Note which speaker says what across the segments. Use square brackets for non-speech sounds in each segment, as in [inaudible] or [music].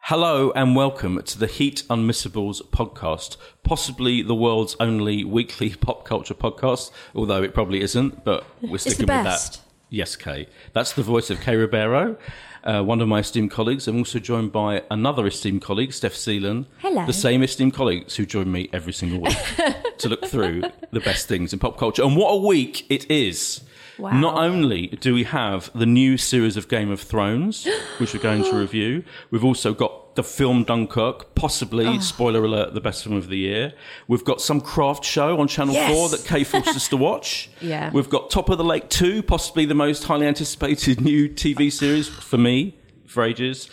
Speaker 1: Hello and welcome to the Heat Unmissables podcast, possibly the world's only weekly [laughs] pop culture podcast, although it probably isn't, but we're sticking with that.
Speaker 2: best.
Speaker 1: Yes, Kay. That's the voice of Kay Ribeiro, uh, one of my esteemed colleagues. I'm also joined by another esteemed colleague, Steph Seelan.
Speaker 2: Hello.
Speaker 1: The same esteemed colleagues who join me every single week to look through the best things in pop culture. And what a week it is!
Speaker 2: Wow.
Speaker 1: Not only do we have the new series of Game of Thrones, [gasps] which we're going to review, we've also got the film Dunkirk, possibly,
Speaker 2: Oh.
Speaker 1: spoiler alert, the best film of the year. We've got some craft show on Channel
Speaker 2: Yes.
Speaker 1: 4 that
Speaker 2: [laughs]
Speaker 1: Kay forced us to watch.
Speaker 2: Yeah.
Speaker 1: We've got Top of the Lake 2, possibly the most highly anticipated new TV series for me for ages.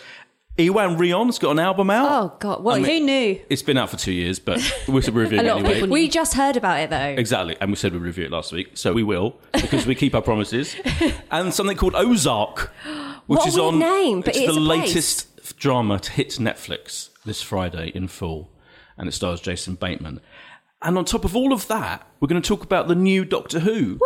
Speaker 1: Ewan Rion's got an album out.
Speaker 2: Oh God! Well,
Speaker 1: I mean-
Speaker 2: who knew?
Speaker 1: It's been out for two years, but we're
Speaker 2: [laughs]
Speaker 1: reviewing it
Speaker 2: lot of
Speaker 1: anyway.
Speaker 2: people We just heard about it though.
Speaker 1: Exactly, and we said we'd review it last week, so we will because we keep our
Speaker 2: [laughs]
Speaker 1: promises. And something called Ozark, which
Speaker 2: What a
Speaker 1: is
Speaker 2: weird
Speaker 1: on
Speaker 2: name, but
Speaker 1: it's
Speaker 2: it is
Speaker 1: the
Speaker 2: a place.
Speaker 1: latest f- drama to hit Netflix this Friday in full, and it stars Jason Bateman. And on top of all of that, we're going to talk about the new Doctor Who,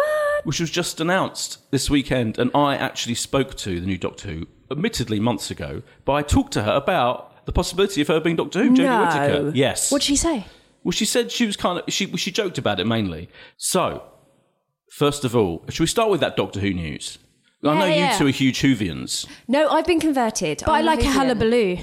Speaker 1: which was just announced this weekend. And I actually spoke to the new Doctor Who, admittedly months ago, but I talked to her about the possibility of her being Doctor Who, Jamie
Speaker 2: No.
Speaker 1: Whittaker. Yes.
Speaker 2: What'd she say?
Speaker 1: Well, she said she was kind of she she joked about it mainly. So, first of all, should we start with that Doctor Who news? I know
Speaker 2: Yeah, yeah.
Speaker 1: you two are huge Whovians.
Speaker 2: No, I've been converted.
Speaker 3: But I like a hullabaloo,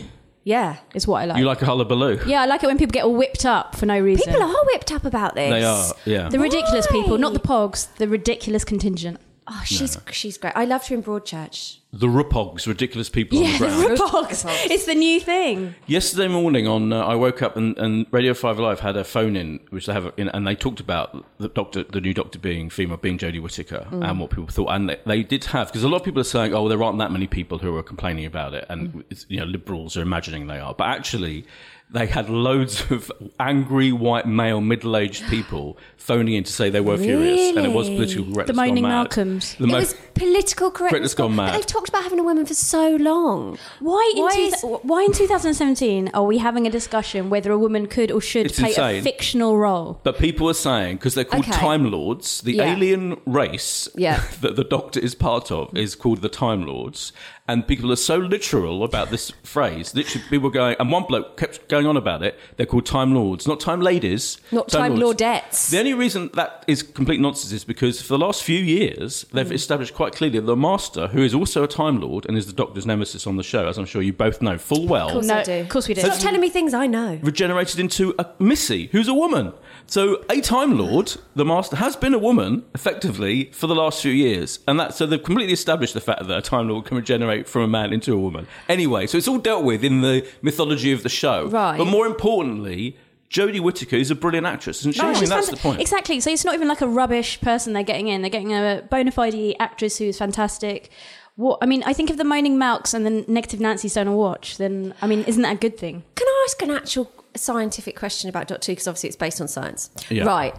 Speaker 2: Yeah,
Speaker 3: is what I like.
Speaker 1: You like a hullabaloo.
Speaker 3: yeah, I like it when people get all whipped up for no reason.
Speaker 2: people are whipped up about this.
Speaker 1: They are, yeah.
Speaker 3: the ridiculous
Speaker 2: Why?
Speaker 3: people, not the pogs, the ridiculous contingent.
Speaker 2: Oh, she's she's great. I loved her in Broadchurch.
Speaker 1: The Rupogs, ridiculous people on the ground.
Speaker 2: Rip-
Speaker 3: pogs. It's the new thing.
Speaker 1: Yesterday morning, on uh, I woke up and, and Radio Five Live had a phone in, which they have, in, and they talked about the doctor, the new doctor being female, being Jodie Whittaker, and what people thought. And they, they did have because a lot of people are saying, "Oh, there aren't that many people who are complaining about it," and it's, you know, liberals are imagining they are, but actually. They had loads of angry white male middle-aged people phoning in to say they were furious, and it was political correctness. gone
Speaker 3: moaning
Speaker 1: mad.
Speaker 3: Malcolms.
Speaker 1: The
Speaker 2: It
Speaker 1: mo-
Speaker 2: was political
Speaker 1: Correctness
Speaker 2: correctness
Speaker 1: gone
Speaker 2: But
Speaker 1: mad.
Speaker 2: they've talked about having a woman for so long.
Speaker 3: Why in,
Speaker 2: Why
Speaker 3: two-
Speaker 2: is-
Speaker 3: why in 2017 are we having a discussion whether a woman could or should
Speaker 1: It's
Speaker 3: play
Speaker 1: insane.
Speaker 3: a fictional role?
Speaker 1: But people are saying because they're called
Speaker 2: Okay.
Speaker 1: Time Lords, the
Speaker 2: Yeah.
Speaker 1: alien race
Speaker 2: Yeah.
Speaker 1: [laughs] that the Doctor is part of is called the Time Lords, and people are so literal about this phrase. Literally, people were going, and one bloke kept going on about it. They're called Time Lords, not Time Ladies,
Speaker 2: Not Time
Speaker 1: Lords.
Speaker 2: Laudettes.
Speaker 1: The only reason that is complete nonsense is because for the last few years
Speaker 2: Mm.
Speaker 1: they've established quite clearly the Master, who is also a Time Lord and is the Doctor's nemesis on the show, as I'm sure you both know full well
Speaker 2: course I do.
Speaker 3: of course we do.
Speaker 2: Stop telling me things I know.
Speaker 1: regenerated into a Missy, who's a woman. So a Time Lord, the Master, has been a woman effectively for the last few years, and that so they've completely established the fact that a Time Lord can regenerate from a man into a woman. Anyway, so it's all dealt with in the mythology of the show.
Speaker 2: Right.
Speaker 1: But more importantly, Jodie Whittaker is a brilliant actress, isn't she? I mean,
Speaker 3: she's
Speaker 1: that's
Speaker 3: fanta-
Speaker 1: the point.
Speaker 3: Exactly. So it's not even like a rubbish person they're getting in. They're getting a bona fide actress who's fantastic. What I mean, I think if the moaning Malks and the negative Nancy's don't watch, then I mean, isn't that a good thing?
Speaker 2: Can I ask an actual scientific question about Doctor Who? Because obviously it's based on science.
Speaker 1: Yeah.
Speaker 2: Right.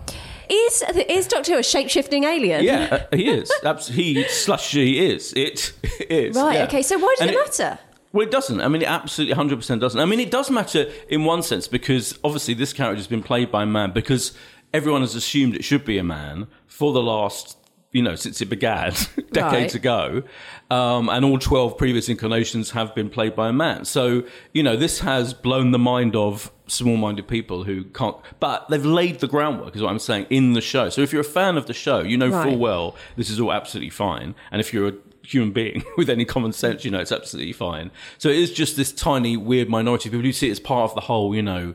Speaker 2: Is, is Doctor Who a shape shifting alien?
Speaker 1: Yeah, uh, he is. Abs- he slash she is. It [laughs] is.
Speaker 2: Right,
Speaker 1: yeah.
Speaker 2: okay, so why does
Speaker 1: And
Speaker 2: it matter?
Speaker 1: Well, it doesn't. I mean, it absolutely 100% doesn't. I mean, it does matter in one sense because obviously this character has been played by a man because everyone has assumed it should be a man for the last, you know, since it began [laughs] decades
Speaker 2: Right.
Speaker 1: ago. Um, and all 12 previous incarnations have been played by a man. So, you know, this has blown the mind of small minded people who can't, but they've laid the groundwork, is what I'm saying, in the show. So if you're a fan of the show, you know
Speaker 2: Right.
Speaker 1: full well this is all absolutely fine. And if you're a human being [laughs] with any common sense, you know it's absolutely fine. So it is just this tiny, weird minority of people who see it as part of the whole, you know,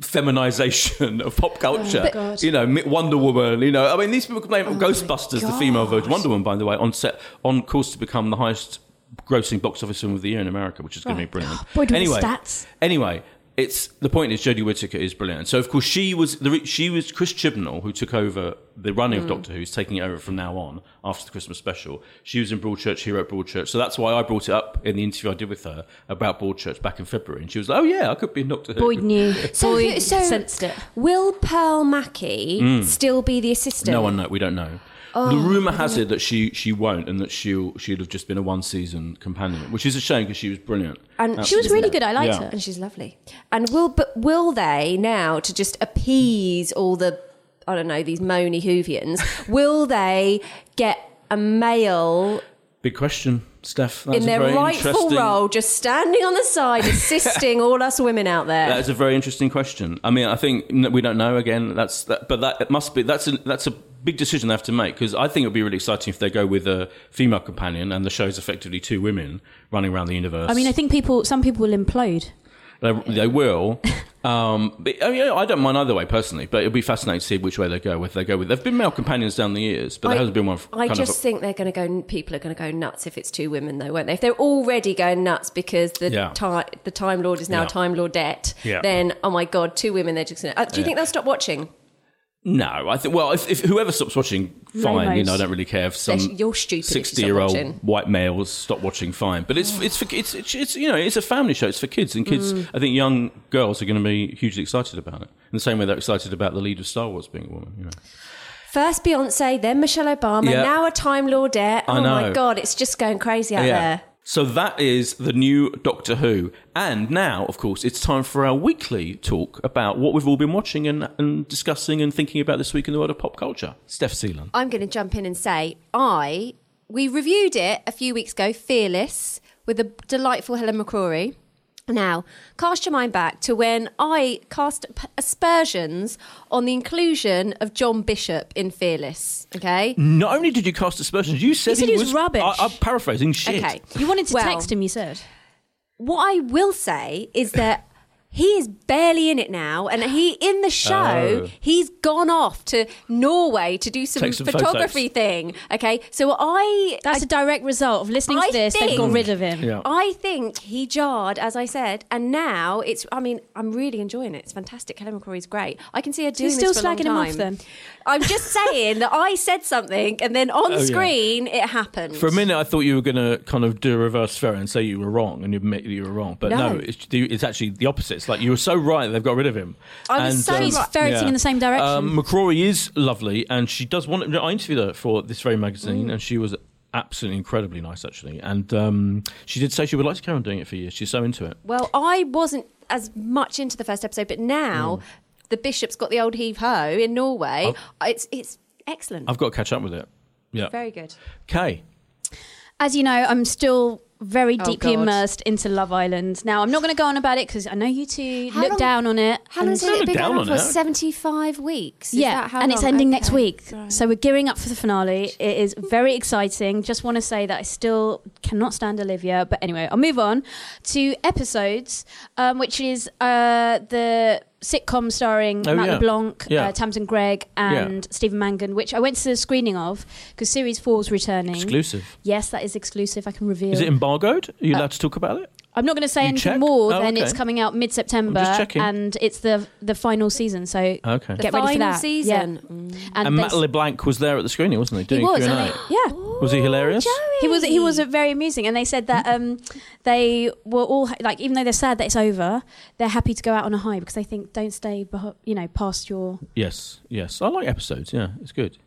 Speaker 1: feminization of pop culture.
Speaker 3: God.
Speaker 1: you know, Mi- Wonder Woman, you know, I mean, these people complain about Ghostbusters, the female version. Wonder Woman, by the way, on set, on course to become the highest grossing box office film of the year in America, which is going to be brilliant.
Speaker 3: [gasps] Boy, do we have
Speaker 1: anyway,
Speaker 3: stats.
Speaker 1: Anyway, it's the point is Jodie Whittaker is brilliant. So of course she was the re- she was Chris Chibnall who took over the running
Speaker 3: Mm.
Speaker 1: of Doctor Who's taking it over from now on after the Christmas special. She was in Broadchurch, he wrote Broadchurch, so that's why I brought it up in the interview I did with her about Broadchurch back in February, and she was like, "Oh yeah, I could be in Doctor Who."
Speaker 3: Boyd knew. [laughs]
Speaker 2: So,
Speaker 3: Boyd
Speaker 2: so
Speaker 3: sensed it.
Speaker 2: will Pearl Mackie still be the assistant?
Speaker 1: Mm. No one know. We don't know.
Speaker 2: Oh,
Speaker 1: the rumor has it that she she won't, and that she'll she'd have just been a one season companion, which is a shame because she was brilliant.
Speaker 2: And
Speaker 3: She was really good. I liked
Speaker 1: Yeah.
Speaker 3: her.
Speaker 2: and she's lovely. And will but will they now to just appease all the I don't know these moany Hoovians? will they get a male
Speaker 1: Big question. Steph. That
Speaker 2: in
Speaker 1: was a
Speaker 2: their
Speaker 1: very
Speaker 2: rightful
Speaker 1: interesting-
Speaker 2: role, just standing on the side, assisting all us women out there.
Speaker 1: That is a very interesting question. I mean, I think n- we don't know. Again, that's that, but that it must be that's a, that's a big decision they have to make because I think it would be really exciting if they go with a female companion and the show's effectively two women running around the universe.
Speaker 3: I mean, I think people, some people will implode.
Speaker 1: They, they will. [laughs] Um, but, I, mean, I don't mind either way personally, but it'll be fascinating to see which way they go. Whether they go with, they've been male companions down the years, but there hasn't been one. For,
Speaker 2: I
Speaker 1: kind of,
Speaker 2: just think they're going to go. People are going to go nuts if it's two women, though, won't they? If they're already going nuts because the
Speaker 1: Yeah.
Speaker 2: ti- the Time Lord is now
Speaker 1: Yeah.
Speaker 2: Time Lordette,
Speaker 1: Yeah.
Speaker 2: then oh my god, two women. They're just going to. Uh, do you think they'll stop watching?
Speaker 1: no, I think. Well, if, if whoever stops watching, fine. You know, I don't really care if some
Speaker 2: They're- you're stupid. if you stop
Speaker 1: Um, sixty-year-old
Speaker 2: watching.
Speaker 1: white males stop watching. Fine, but it's it's for it's, it's it's you know it's a family show. It's for kids and kids.
Speaker 2: Mm.
Speaker 1: I think young girls are going to be hugely excited about it. In the same way they're excited about the lead of Star Wars being a woman. You know.
Speaker 2: First Beyonce, then Michelle Obama,
Speaker 1: Yeah.
Speaker 2: now a Time Lordette.
Speaker 1: I
Speaker 2: Oh my
Speaker 1: know.
Speaker 2: god, it's just going crazy out there.
Speaker 1: So that is the new Doctor Who. And now, of course, it's time for our weekly talk about what we've all been watching and, and discussing and thinking about this week in the world of pop culture. Steph Seelan.
Speaker 2: I'm going to jump in and say I we reviewed it a few weeks ago, Fearless, with the delightful Helen McCrory. Now, cast your mind back to when I cast p- aspersions on the inclusion of John Bishop in Fearless. Okay,
Speaker 1: Not only did you cast aspersions, you said,
Speaker 3: You said he was rubbish.
Speaker 1: I, I'm paraphrasing shit.
Speaker 2: okay.
Speaker 3: You wanted to
Speaker 2: Well-
Speaker 3: text him, you said.
Speaker 2: What I will say is that he is barely in it now, and he in the show
Speaker 1: Oh.
Speaker 2: he's gone off to Norway to do some,
Speaker 1: Take some
Speaker 2: photography thing. Okay, so I
Speaker 3: That's a direct result of listening
Speaker 2: I
Speaker 3: to this. They got
Speaker 2: think-
Speaker 3: rid of him.
Speaker 1: Yeah.
Speaker 2: I think he jarred, as I said, and now it's. I mean, I'm really enjoying it. It's fantastic. Helen McCrory's great. I can see her doing
Speaker 3: You're
Speaker 2: this
Speaker 3: still
Speaker 2: for a long
Speaker 3: slagging him off
Speaker 2: time.
Speaker 3: then.
Speaker 2: I'm
Speaker 3: [laughs]
Speaker 2: just saying that I said something, and then on
Speaker 1: Oh, yeah.
Speaker 2: screen it happened.
Speaker 1: For a minute, I thought you were going to kind of do a reverse fair and say you were wrong and admit that you were wrong. But no,
Speaker 2: No.
Speaker 1: it's, it's actually the opposite. It's like you were so right, they've got rid of him.
Speaker 2: I was so
Speaker 3: He's
Speaker 2: right.
Speaker 3: ferreting in the same direction.
Speaker 1: Um, McCrory is lovely, and she does want. I interviewed her for this very
Speaker 3: Mm.
Speaker 1: magazine, and she was absolutely incredibly nice, actually. And um, she did say she would like to carry on doing it for years. She's so into it.
Speaker 2: Well, I wasn't as much into the first episode, but
Speaker 1: Mm.
Speaker 2: now the bishop's got the old heave ho in Norway. It's it's excellent.
Speaker 1: Oh. I've got to catch up with it. Yeah.
Speaker 2: Very good.
Speaker 1: Kay.
Speaker 3: as you know, I'm still very
Speaker 2: Oh,
Speaker 3: deeply
Speaker 2: God.
Speaker 3: immersed into Love Island. Now, I'm not going to go on about it because I know you two
Speaker 2: How
Speaker 3: look
Speaker 2: long-
Speaker 3: down on it.
Speaker 2: How
Speaker 3: and-
Speaker 2: long has it been
Speaker 1: down
Speaker 2: going
Speaker 1: on
Speaker 2: on for?
Speaker 1: it.
Speaker 2: Seventy-five weeks. Is
Speaker 3: yeah,
Speaker 2: that how
Speaker 3: and it's
Speaker 2: long?
Speaker 3: ending next
Speaker 2: Okay.
Speaker 3: week. So we're gearing up for the finale. It is very exciting. Just want to say that I still cannot stand Olivia. But anyway, I'll move on to episodes, um, which is uh, the sitcom starring
Speaker 1: Oh,
Speaker 3: Matt
Speaker 1: yeah.
Speaker 3: LeBlanc,
Speaker 1: Yeah.
Speaker 3: uh, Tamsin Gregg, and Stephen Mangan, which I went to the screening of because series four is returning.
Speaker 1: Exclusive.
Speaker 3: yes, that is exclusive. I can reveal.
Speaker 1: Is it embargoed? Are
Speaker 3: Uh,
Speaker 1: you allowed to talk about it?
Speaker 3: I'm not going to say
Speaker 1: You
Speaker 3: anything
Speaker 1: check?
Speaker 3: more
Speaker 1: Oh,
Speaker 3: than
Speaker 1: okay.
Speaker 3: it's coming out
Speaker 1: I'm
Speaker 3: mid
Speaker 1: just
Speaker 3: September
Speaker 1: checking.
Speaker 3: and it's the the final season. So
Speaker 1: Okay.
Speaker 3: get ready
Speaker 2: Final
Speaker 3: for that.
Speaker 2: season. Mm.
Speaker 3: Yeah.
Speaker 1: And Matt
Speaker 3: bas-
Speaker 1: LeBlanc was there at the screening, wasn't he? Doing
Speaker 3: he was.
Speaker 1: Q&A.
Speaker 3: and they- yeah.
Speaker 1: Was he hilarious?
Speaker 3: He was he was uh, very amusing, and they said that um, they were all ha- like, even though they're sad that it's over, they're happy to go out on a high because they think don't stay, beho- you know, past your.
Speaker 1: Yes. Yes. I like episodes. Yeah, it's good.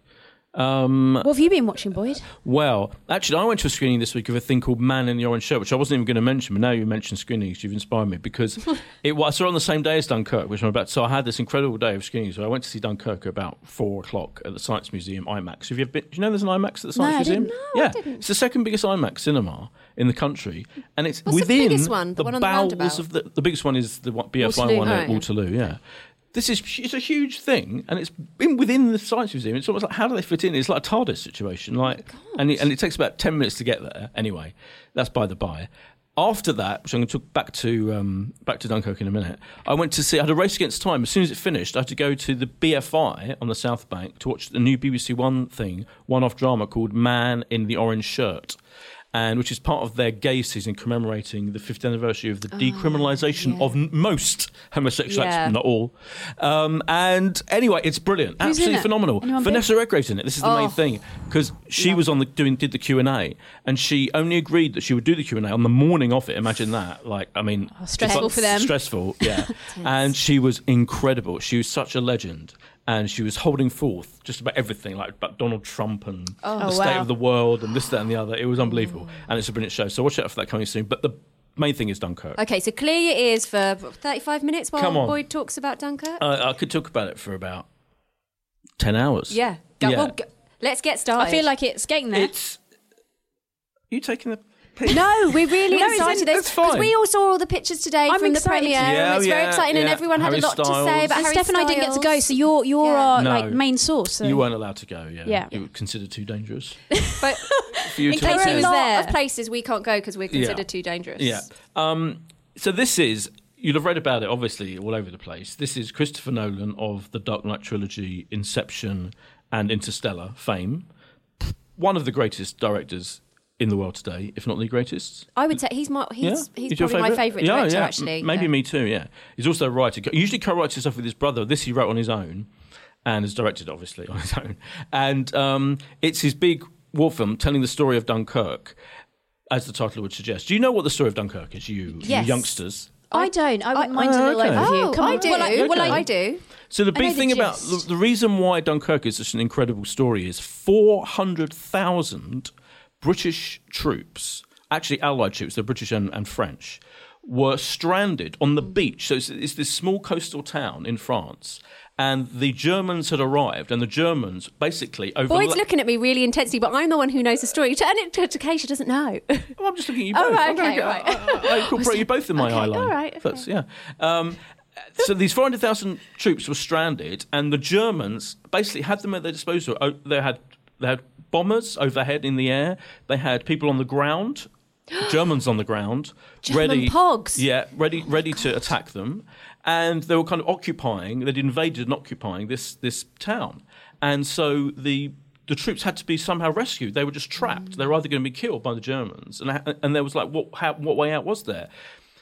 Speaker 1: Um,
Speaker 3: What have you been watching, Boyd?
Speaker 1: Well, actually, I went to a screening this week of a thing called Man in the Orange Shirt, which I wasn't even going to mention, but now you mentioned screenings, you've inspired me
Speaker 2: [laughs]
Speaker 1: because it was I saw it on the same day as Dunkirk, which I'm about. So I had this incredible day of screenings. So I went to see Dunkirk at about four o'clock at the Science Museum IMAX. Have you ever been? Do you know there's an IMAX at the Science
Speaker 3: I
Speaker 1: Museum?
Speaker 3: didn't
Speaker 1: yeah, it's the second biggest IMAX cinema in the country, and it's
Speaker 2: What's the
Speaker 1: within
Speaker 2: biggest one? The one on the
Speaker 1: bowels
Speaker 2: roundabout?
Speaker 1: of the, the biggest one is the one- BFI
Speaker 2: Waterloo,
Speaker 1: one at
Speaker 2: oh.
Speaker 1: Waterloo. Yeah. This is it's a huge thing, and it's been within the science museum. It's almost like how do they fit in? It's like a TARDIS situation, like, and it, and it takes about ten minutes to get there. Anyway, that's by the by. After that, which I'm going to talk back to um, back to Dunkirk in a minute, I went to see. I had a race against time. As soon as it finished, I had to go to the BFI on the South Bank to watch the new BBC One thing, one-off drama called "Man in the Orange Shirt." and which is part of their gay season commemorating the 50th anniversary of the decriminalisation of n- most homosexual acts,
Speaker 2: Yeah.
Speaker 1: not all. Um, and anyway, it's brilliant,
Speaker 3: Who's in
Speaker 1: absolutely
Speaker 3: it?
Speaker 1: phenomenal.
Speaker 3: Anyone big?
Speaker 1: Vanessa Redgrave's in it. This is the main
Speaker 2: Oh.
Speaker 1: thing because she was on the doing did the Q and A, and she only agreed that she would do the Q and A on the morning of it. Imagine that, like I mean, it's
Speaker 3: Oh, stressful
Speaker 1: like
Speaker 3: for them.
Speaker 1: Stressful,
Speaker 3: [laughs]
Speaker 1: yeah. and she was incredible. She was such a legend. And she was holding forth just about everything, like about Donald Trump and the
Speaker 3: Oh,
Speaker 1: state
Speaker 3: wow. Mm.
Speaker 1: of the world and this, that, and the other. It was unbelievable, and it's a brilliant show. So watch out for that coming soon. But the main thing is Dunkirk.
Speaker 2: Okay, so clear your ears for 35 minutes while
Speaker 1: Come on. Uh,
Speaker 2: Boyd talks about Dunkirk.
Speaker 1: I, I could talk about it for about ten hours.
Speaker 2: yeah. Go,
Speaker 1: yeah.
Speaker 2: Well, go, let's get started.
Speaker 3: I feel like it's getting there.
Speaker 1: It's. Are you taking the. [laughs]
Speaker 2: No, we're really
Speaker 3: [laughs] No, it's
Speaker 2: excited.
Speaker 3: in-
Speaker 2: This
Speaker 1: it's fine.
Speaker 2: because we all saw all the pictures today
Speaker 3: I'm
Speaker 2: from
Speaker 3: excited.
Speaker 2: the premiere.
Speaker 1: Yeah,
Speaker 2: and it's very
Speaker 1: yeah,
Speaker 2: exciting, and
Speaker 1: yeah.
Speaker 2: everyone
Speaker 1: Harry
Speaker 2: had a lot
Speaker 1: Styles.
Speaker 2: to say about
Speaker 3: And
Speaker 2: Harry
Speaker 3: Steph and I didn't get to go,
Speaker 2: Styles.
Speaker 3: so you're you're
Speaker 2: Yeah.
Speaker 3: our
Speaker 1: No.
Speaker 3: like main source. So.
Speaker 1: You weren't allowed to go. Yeah,
Speaker 3: Yeah.
Speaker 1: it was considered too dangerous
Speaker 2: [laughs] but
Speaker 1: for you to
Speaker 2: in case
Speaker 3: he
Speaker 2: a
Speaker 1: attend.
Speaker 3: was
Speaker 2: lot
Speaker 3: there.
Speaker 2: of places we can't go because we're considered
Speaker 1: Yeah.
Speaker 2: too dangerous.
Speaker 1: Yeah. Um, so this is you'll have read about it obviously all over the place. This is Christopher Nolan of the Dark Knight trilogy, Inception, and Interstellar fame. One of the greatest directors in the world today, if not the greatest.
Speaker 2: I would say he's my he's he's,
Speaker 1: Is your
Speaker 2: probably my favourite
Speaker 1: Yeah,
Speaker 2: director
Speaker 1: yeah.
Speaker 2: actually.
Speaker 1: M- Maybe
Speaker 2: yeah.
Speaker 1: me too, yeah. He's also a writer. He usually co writes his stuff with his brother. This he wrote on his own and has directed, obviously, [laughs] on his own. And um, it's his big war film telling the story of Dunkirk, as the title would suggest. Do you know what the story of Dunkirk is, you,
Speaker 2: Yes.
Speaker 1: you youngsters?
Speaker 3: I don't. I wouldn't
Speaker 2: I-
Speaker 3: mind a
Speaker 1: Oh,
Speaker 3: little
Speaker 1: okay.
Speaker 3: overview.
Speaker 2: Oh,
Speaker 3: Come
Speaker 2: I
Speaker 3: on.
Speaker 2: do.
Speaker 3: Well, I, well,
Speaker 1: okay.
Speaker 2: I
Speaker 3: I,
Speaker 2: do.
Speaker 1: So the
Speaker 3: know
Speaker 1: big
Speaker 3: the
Speaker 1: thing about the,
Speaker 3: gist.
Speaker 1: the reason why Dunkirk is such an incredible story is 400,000 British troops, actually Allied troops, the British and, and French, were stranded on the beach. So it's, it's this small coastal town in France, and the Germans had arrived, and the Germans basically over.
Speaker 2: Boyd's looking at me really intensely, but I'm the one who knows the story. Turn it to, to Keisha doesn't know. [laughs]
Speaker 1: Oh, I'm just looking at you both.
Speaker 2: Oh, right,
Speaker 1: I'm gonna
Speaker 2: okay,
Speaker 1: get-
Speaker 2: right. [laughs]
Speaker 1: I, I, I incorporate you both in my
Speaker 2: Oh, Okay,
Speaker 1: eye line.
Speaker 2: all right, okay.
Speaker 1: That's- yeah. Um, so these 400,000 troops were stranded, and the Germans basically had them at their disposal. Oh, They had they had bombers overhead in the air. They had people on the ground, [gasps] Germans on the ground,
Speaker 2: German
Speaker 1: ready
Speaker 2: pogs.
Speaker 1: Yeah, ready ready to attack them, and they were kind of occupying. They'd invaded and occupying this this town, and so the the troops had to be somehow rescued. They were just trapped. They were either going to be killed by the Germans, and and there was like what how, what way out was there?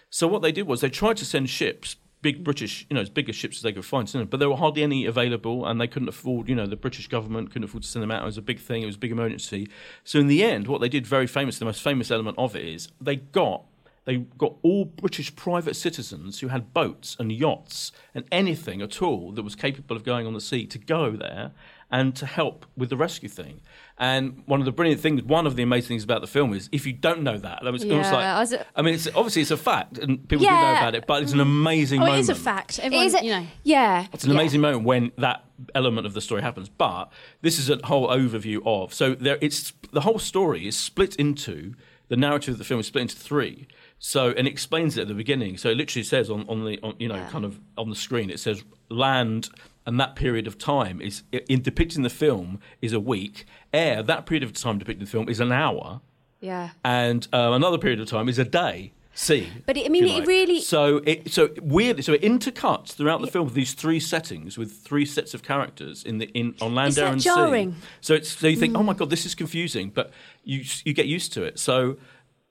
Speaker 1: So what they did was they tried to send ships, big British, you know, as big as ships as they could find, send them, but there were hardly any available, and they couldn't afford, you know, the British government couldn't afford to send them out. It was a big thing. It was a big emergency. So in the end, what they did, very famous, the most famous element of it is they got. They got all British private citizens who had boats and yachts and anything at all that was capable of going on the sea to go there and to help with the rescue thing. And one of the brilliant things, one of the amazing things about the film is if you don't know that, that was, it was
Speaker 2: Yeah,
Speaker 1: like,
Speaker 2: I was-
Speaker 1: I mean, it's obviously it's a fact, and people do know
Speaker 2: Yeah.
Speaker 1: about it, but it's an amazing.
Speaker 3: oh,
Speaker 1: moment.
Speaker 3: it is a fact. Everyone,
Speaker 2: Is it?
Speaker 3: you know.
Speaker 2: Yeah.
Speaker 1: It's an amazing moment when that element of the story happens. But this is a whole overview of. So there, it's the whole story is split into the narrative of the film is split into three. So and it explains it at the beginning. So it literally says on on the on, you know kind of on the screen it says land. And that period of time is in depicting the film is a week. Air that period of time depicting the film is an hour,
Speaker 2: Yeah.
Speaker 1: and uh, another period of time is a day. C.
Speaker 2: But it- I mean,
Speaker 1: if you
Speaker 2: it really-
Speaker 1: So it so weirdly so it intercuts throughout the film these three settings with three sets of characters in the in on land
Speaker 3: Is
Speaker 1: air
Speaker 3: that
Speaker 1: and
Speaker 3: jarring?
Speaker 1: sea. So it's so you think oh my god this is confusing, but you you get used to it. So.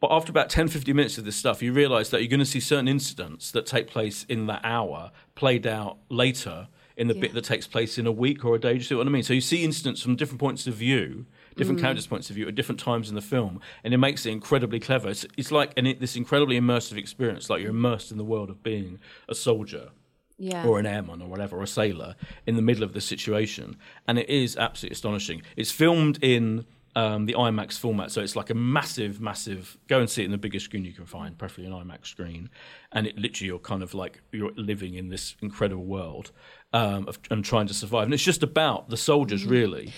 Speaker 1: But after about 10, 15 minutes of this stuff, you realise that you're going to see certain incidents that take place in that hour played out later in the bit that takes place in a week or a day. Do you see what I mean? So you see incidents from different points of view, different characters' points of view at different times in the film, and it makes it incredibly clever. It's, it's like an, this incredibly immersive experience, like you're immersed in the world of being a soldier
Speaker 2: Yeah.
Speaker 1: or an airman or whatever, or a sailor in the middle of this situation. And it is absolutely astonishing. It's filmed in um, the IMAX format, so it's like a massive, massive. Go and see it in the biggest screen you can find, preferably an IMAX screen. And it literally, you're kind of like you're living in this incredible world um, of, and trying to survive. And it's just about the soldiers, really.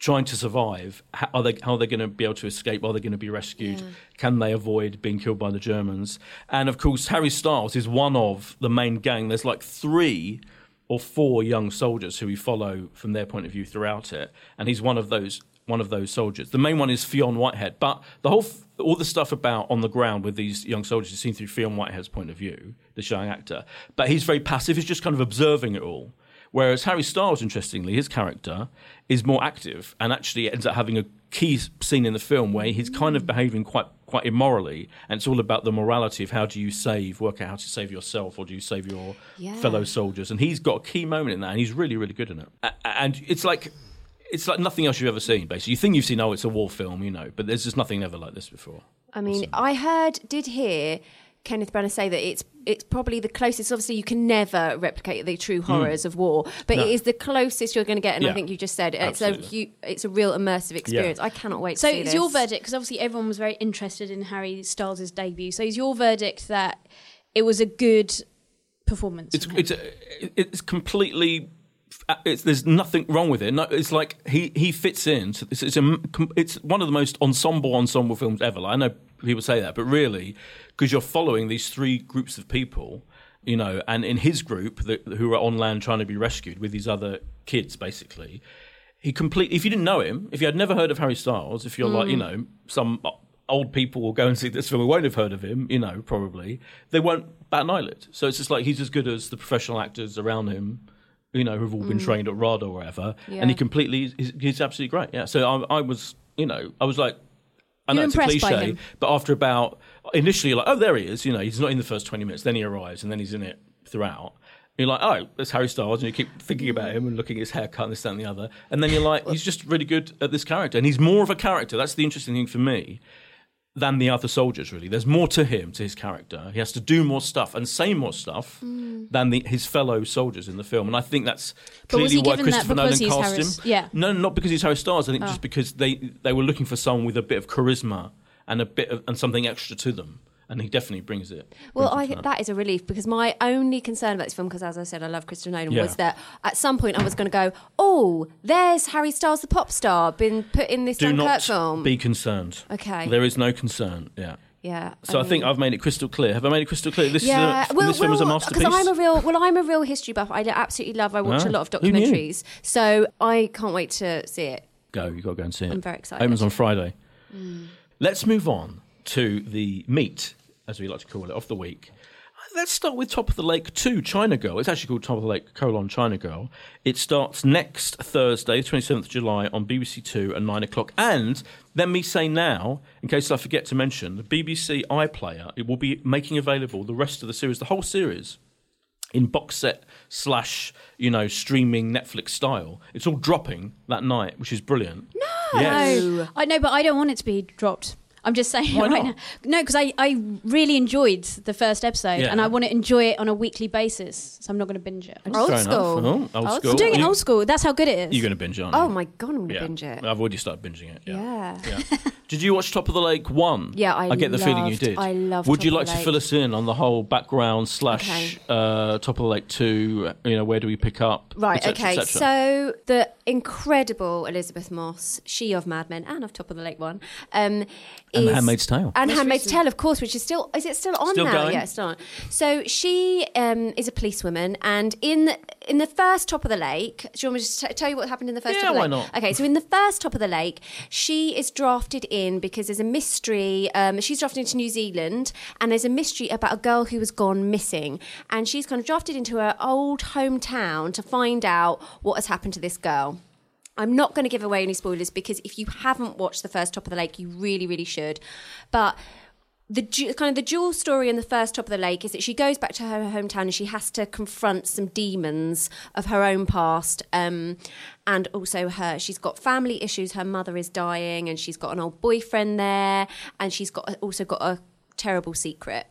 Speaker 1: Trying to survive, how are they? How are they going to be able to escape? Are they going to be rescued? Can they avoid being killed by the Germans? And of course, Harry Styles is one of the main gang. There's like three or four young soldiers who we follow from their point of view throughout it, and he's one of those one of those soldiers. The main one is Fionn Whitehead, but the whole f- all the stuff about on the ground with these young soldiers is seen through Fionn Whitehead's point of view, the young actor. But he's very passive. He's just kind of observing it all. Whereas Harry Styles, interestingly, his character is more active and actually ends up having a key s- scene in the film where he's kind of behaving quite quite immorally, and it's all about the morality of how do you save, work out how to save yourself, or do you save your
Speaker 2: Yeah.
Speaker 1: fellow soldiers? And he's got a key moment in that, and he's really really good in it. A- a- And it's like. It's like nothing else you've ever seen. Basically, you think you've seen oh, it's a war film, you know, but there's just nothing ever like this before.
Speaker 2: I mean, I heard, did hear Kenneth Branagh say that it's it's probably the closest. Obviously, you can never replicate the true horrors of war, but
Speaker 1: Hmm. No.
Speaker 2: it is the closest you're going to get. And I
Speaker 1: Yeah.
Speaker 2: think you just said it. it's a
Speaker 1: Absolutely.
Speaker 2: hu- it's a real immersive experience. I cannot wait.
Speaker 3: So
Speaker 2: to see
Speaker 3: it's
Speaker 2: this.
Speaker 3: your verdict because obviously everyone was very interested in Harry Styles' debut. So is your verdict that it was a good performance?
Speaker 1: It's it's a, it's completely. uh, It's, there's nothing wrong with it. No, it's like he, he fits in. So It's, it's, a, it's one of the most ensemble ensemble films ever. Like, I know people say that, but really, because you're following these three groups of people, you know, and in his group that, who are on land trying to be rescued with these other kids, basically, he complete. If you didn't know him, if you had never heard of Harry Styles, if you're like, you know, some old people will go and see this film and won't have heard of him, you know, probably they won't bat an eyelid. So it's just like he's as good as the professional actors around him. You know, who've all been trained at RADA or whatever,
Speaker 2: Yeah.
Speaker 1: and he completely he's, he's absolutely great. Yeah, so I, I was, you know, I was like, I know
Speaker 3: You're
Speaker 1: it's a
Speaker 3: impressed by
Speaker 1: cliche,
Speaker 3: him.
Speaker 1: but after about initially, you're like, oh, there he is. You know, he's not in the first twenty minutes. Then he arrives, and then he's in it throughout. You're like, oh, that's Harry Styles, and you keep thinking about him and looking at his haircut and this, that, and the other. And then you're like, he's just really good at this character, and he's more of a character. That's the interesting thing for me than the other soldiers. Really, there's more to him, to his character. He has to do more stuff and say more stuff than the, his fellow soldiers in the film. And I think that's
Speaker 3: Mm. But
Speaker 1: clearly
Speaker 3: was he
Speaker 1: why
Speaker 3: given that
Speaker 1: Christopher Nolan
Speaker 3: because he's
Speaker 1: cast
Speaker 3: Harris-
Speaker 1: him.
Speaker 3: yeah.
Speaker 1: No, not because he's Harry Styles. I
Speaker 2: Oh.
Speaker 1: think just because they they were looking for someone with a bit of charisma and a bit of, and something extra to them, and he definitely brings it.
Speaker 2: Well,
Speaker 1: brings
Speaker 2: I
Speaker 1: it to
Speaker 2: think that is a relief because my only concern about this film, because as I said, I love Christopher Nolan,
Speaker 1: Yeah.
Speaker 2: was that at some point I was going to go, "Oh, there's Harry Styles, the pop star, been put in this
Speaker 1: Do
Speaker 2: Dunkirk
Speaker 1: not
Speaker 2: film."
Speaker 1: be concerned.
Speaker 2: Okay.
Speaker 1: There is no concern. Yeah.
Speaker 2: yeah.
Speaker 1: So I, think I've made it crystal clear. Have I made it crystal clear? This
Speaker 2: yeah,
Speaker 1: is a,
Speaker 2: well,
Speaker 1: this film is a
Speaker 2: well, 'cause
Speaker 1: masterpiece.
Speaker 2: I'm a real well, I'm a real history buff. I absolutely love. I watch
Speaker 1: Ah,
Speaker 2: a lot of
Speaker 1: who knew?
Speaker 2: documentaries, so I can't wait to see it.
Speaker 1: go. You've got to go and see it.
Speaker 2: I'm very excited. Mm.
Speaker 1: Opens on Friday. Let's move on to the meat, as we like to call it, of the week. Let's start with Top of the Lake 2, China Girl. It's actually called Top of the Lake colon China Girl. It starts next Thursday, 27th July, on BBC Two at 9 o'clock. And let me say now, in case I forget to mention, the BBC iPlayer, it will be making available the rest of the series, the whole series, in box set slash you know streaming Netflix style. It's all dropping that night, which is brilliant. No,
Speaker 3: No, I know, but I don't want it to be dropped. I'm just saying
Speaker 1: Why
Speaker 3: right
Speaker 1: not?
Speaker 3: now. No, because I, I really enjoyed the first episode
Speaker 1: Yeah.
Speaker 3: and I want to enjoy it on a weekly basis. So I'm not going to binge it. I'm, just,
Speaker 2: Old
Speaker 1: Fair enough. Oh, old
Speaker 2: school. Old
Speaker 1: school.
Speaker 2: school.
Speaker 3: I'm doing it
Speaker 1: You-
Speaker 3: old school. That's how good it is.
Speaker 1: You're going to binge, aren't you?
Speaker 2: Oh my god, I'm going to
Speaker 1: Yeah.
Speaker 2: binge it.
Speaker 1: I've already started binging it. Yeah.
Speaker 2: yeah. [laughs]
Speaker 1: Yeah. Did you watch Top of the Lake one?
Speaker 2: Yeah, I
Speaker 1: get the feeling you
Speaker 2: loved-
Speaker 1: did.
Speaker 2: I loved
Speaker 1: Would
Speaker 2: Top
Speaker 1: you
Speaker 2: of the
Speaker 1: like to
Speaker 2: Lake.
Speaker 1: fill us in on the whole background slash
Speaker 2: Okay.
Speaker 1: uh, Top of the Lake two? You know, where do we pick up?
Speaker 2: Right,
Speaker 1: et cetera,
Speaker 2: okay.
Speaker 1: et cetera?
Speaker 2: So the incredible Elizabeth Moss, she of Mad Men and of Top of the Lake one, um,
Speaker 1: And The
Speaker 2: is-
Speaker 1: Handmaid's Tale.
Speaker 2: and Handmaid's Tale, of course, which is still is it still on
Speaker 1: Still
Speaker 2: now?
Speaker 1: going.
Speaker 2: Yeah, it's still on. So she um, is a policewoman, and in in the first Top of the Lake, do you want me to just t- tell you what happened in the first?
Speaker 1: Yeah,
Speaker 2: Top of the
Speaker 1: why
Speaker 2: Lake?
Speaker 1: not?
Speaker 2: Okay, so in the first Top of the Lake, she is drafted in because there's a mystery. Um, she's drafted into New Zealand, and there's a mystery about a girl who has gone missing, and she's kind of drafted into her old hometown to find out what has happened to this girl. I'm not going to give away any spoilers because if you haven't watched the first Top of the Lake, you really, really should. But the du- kind of the dual story in the first top of the lake is that she goes back to her hometown and she has to confront some demons of her own past um, and also her she's got family issues her mother is dying and she's got an old boyfriend there and she's got also got a terrible secret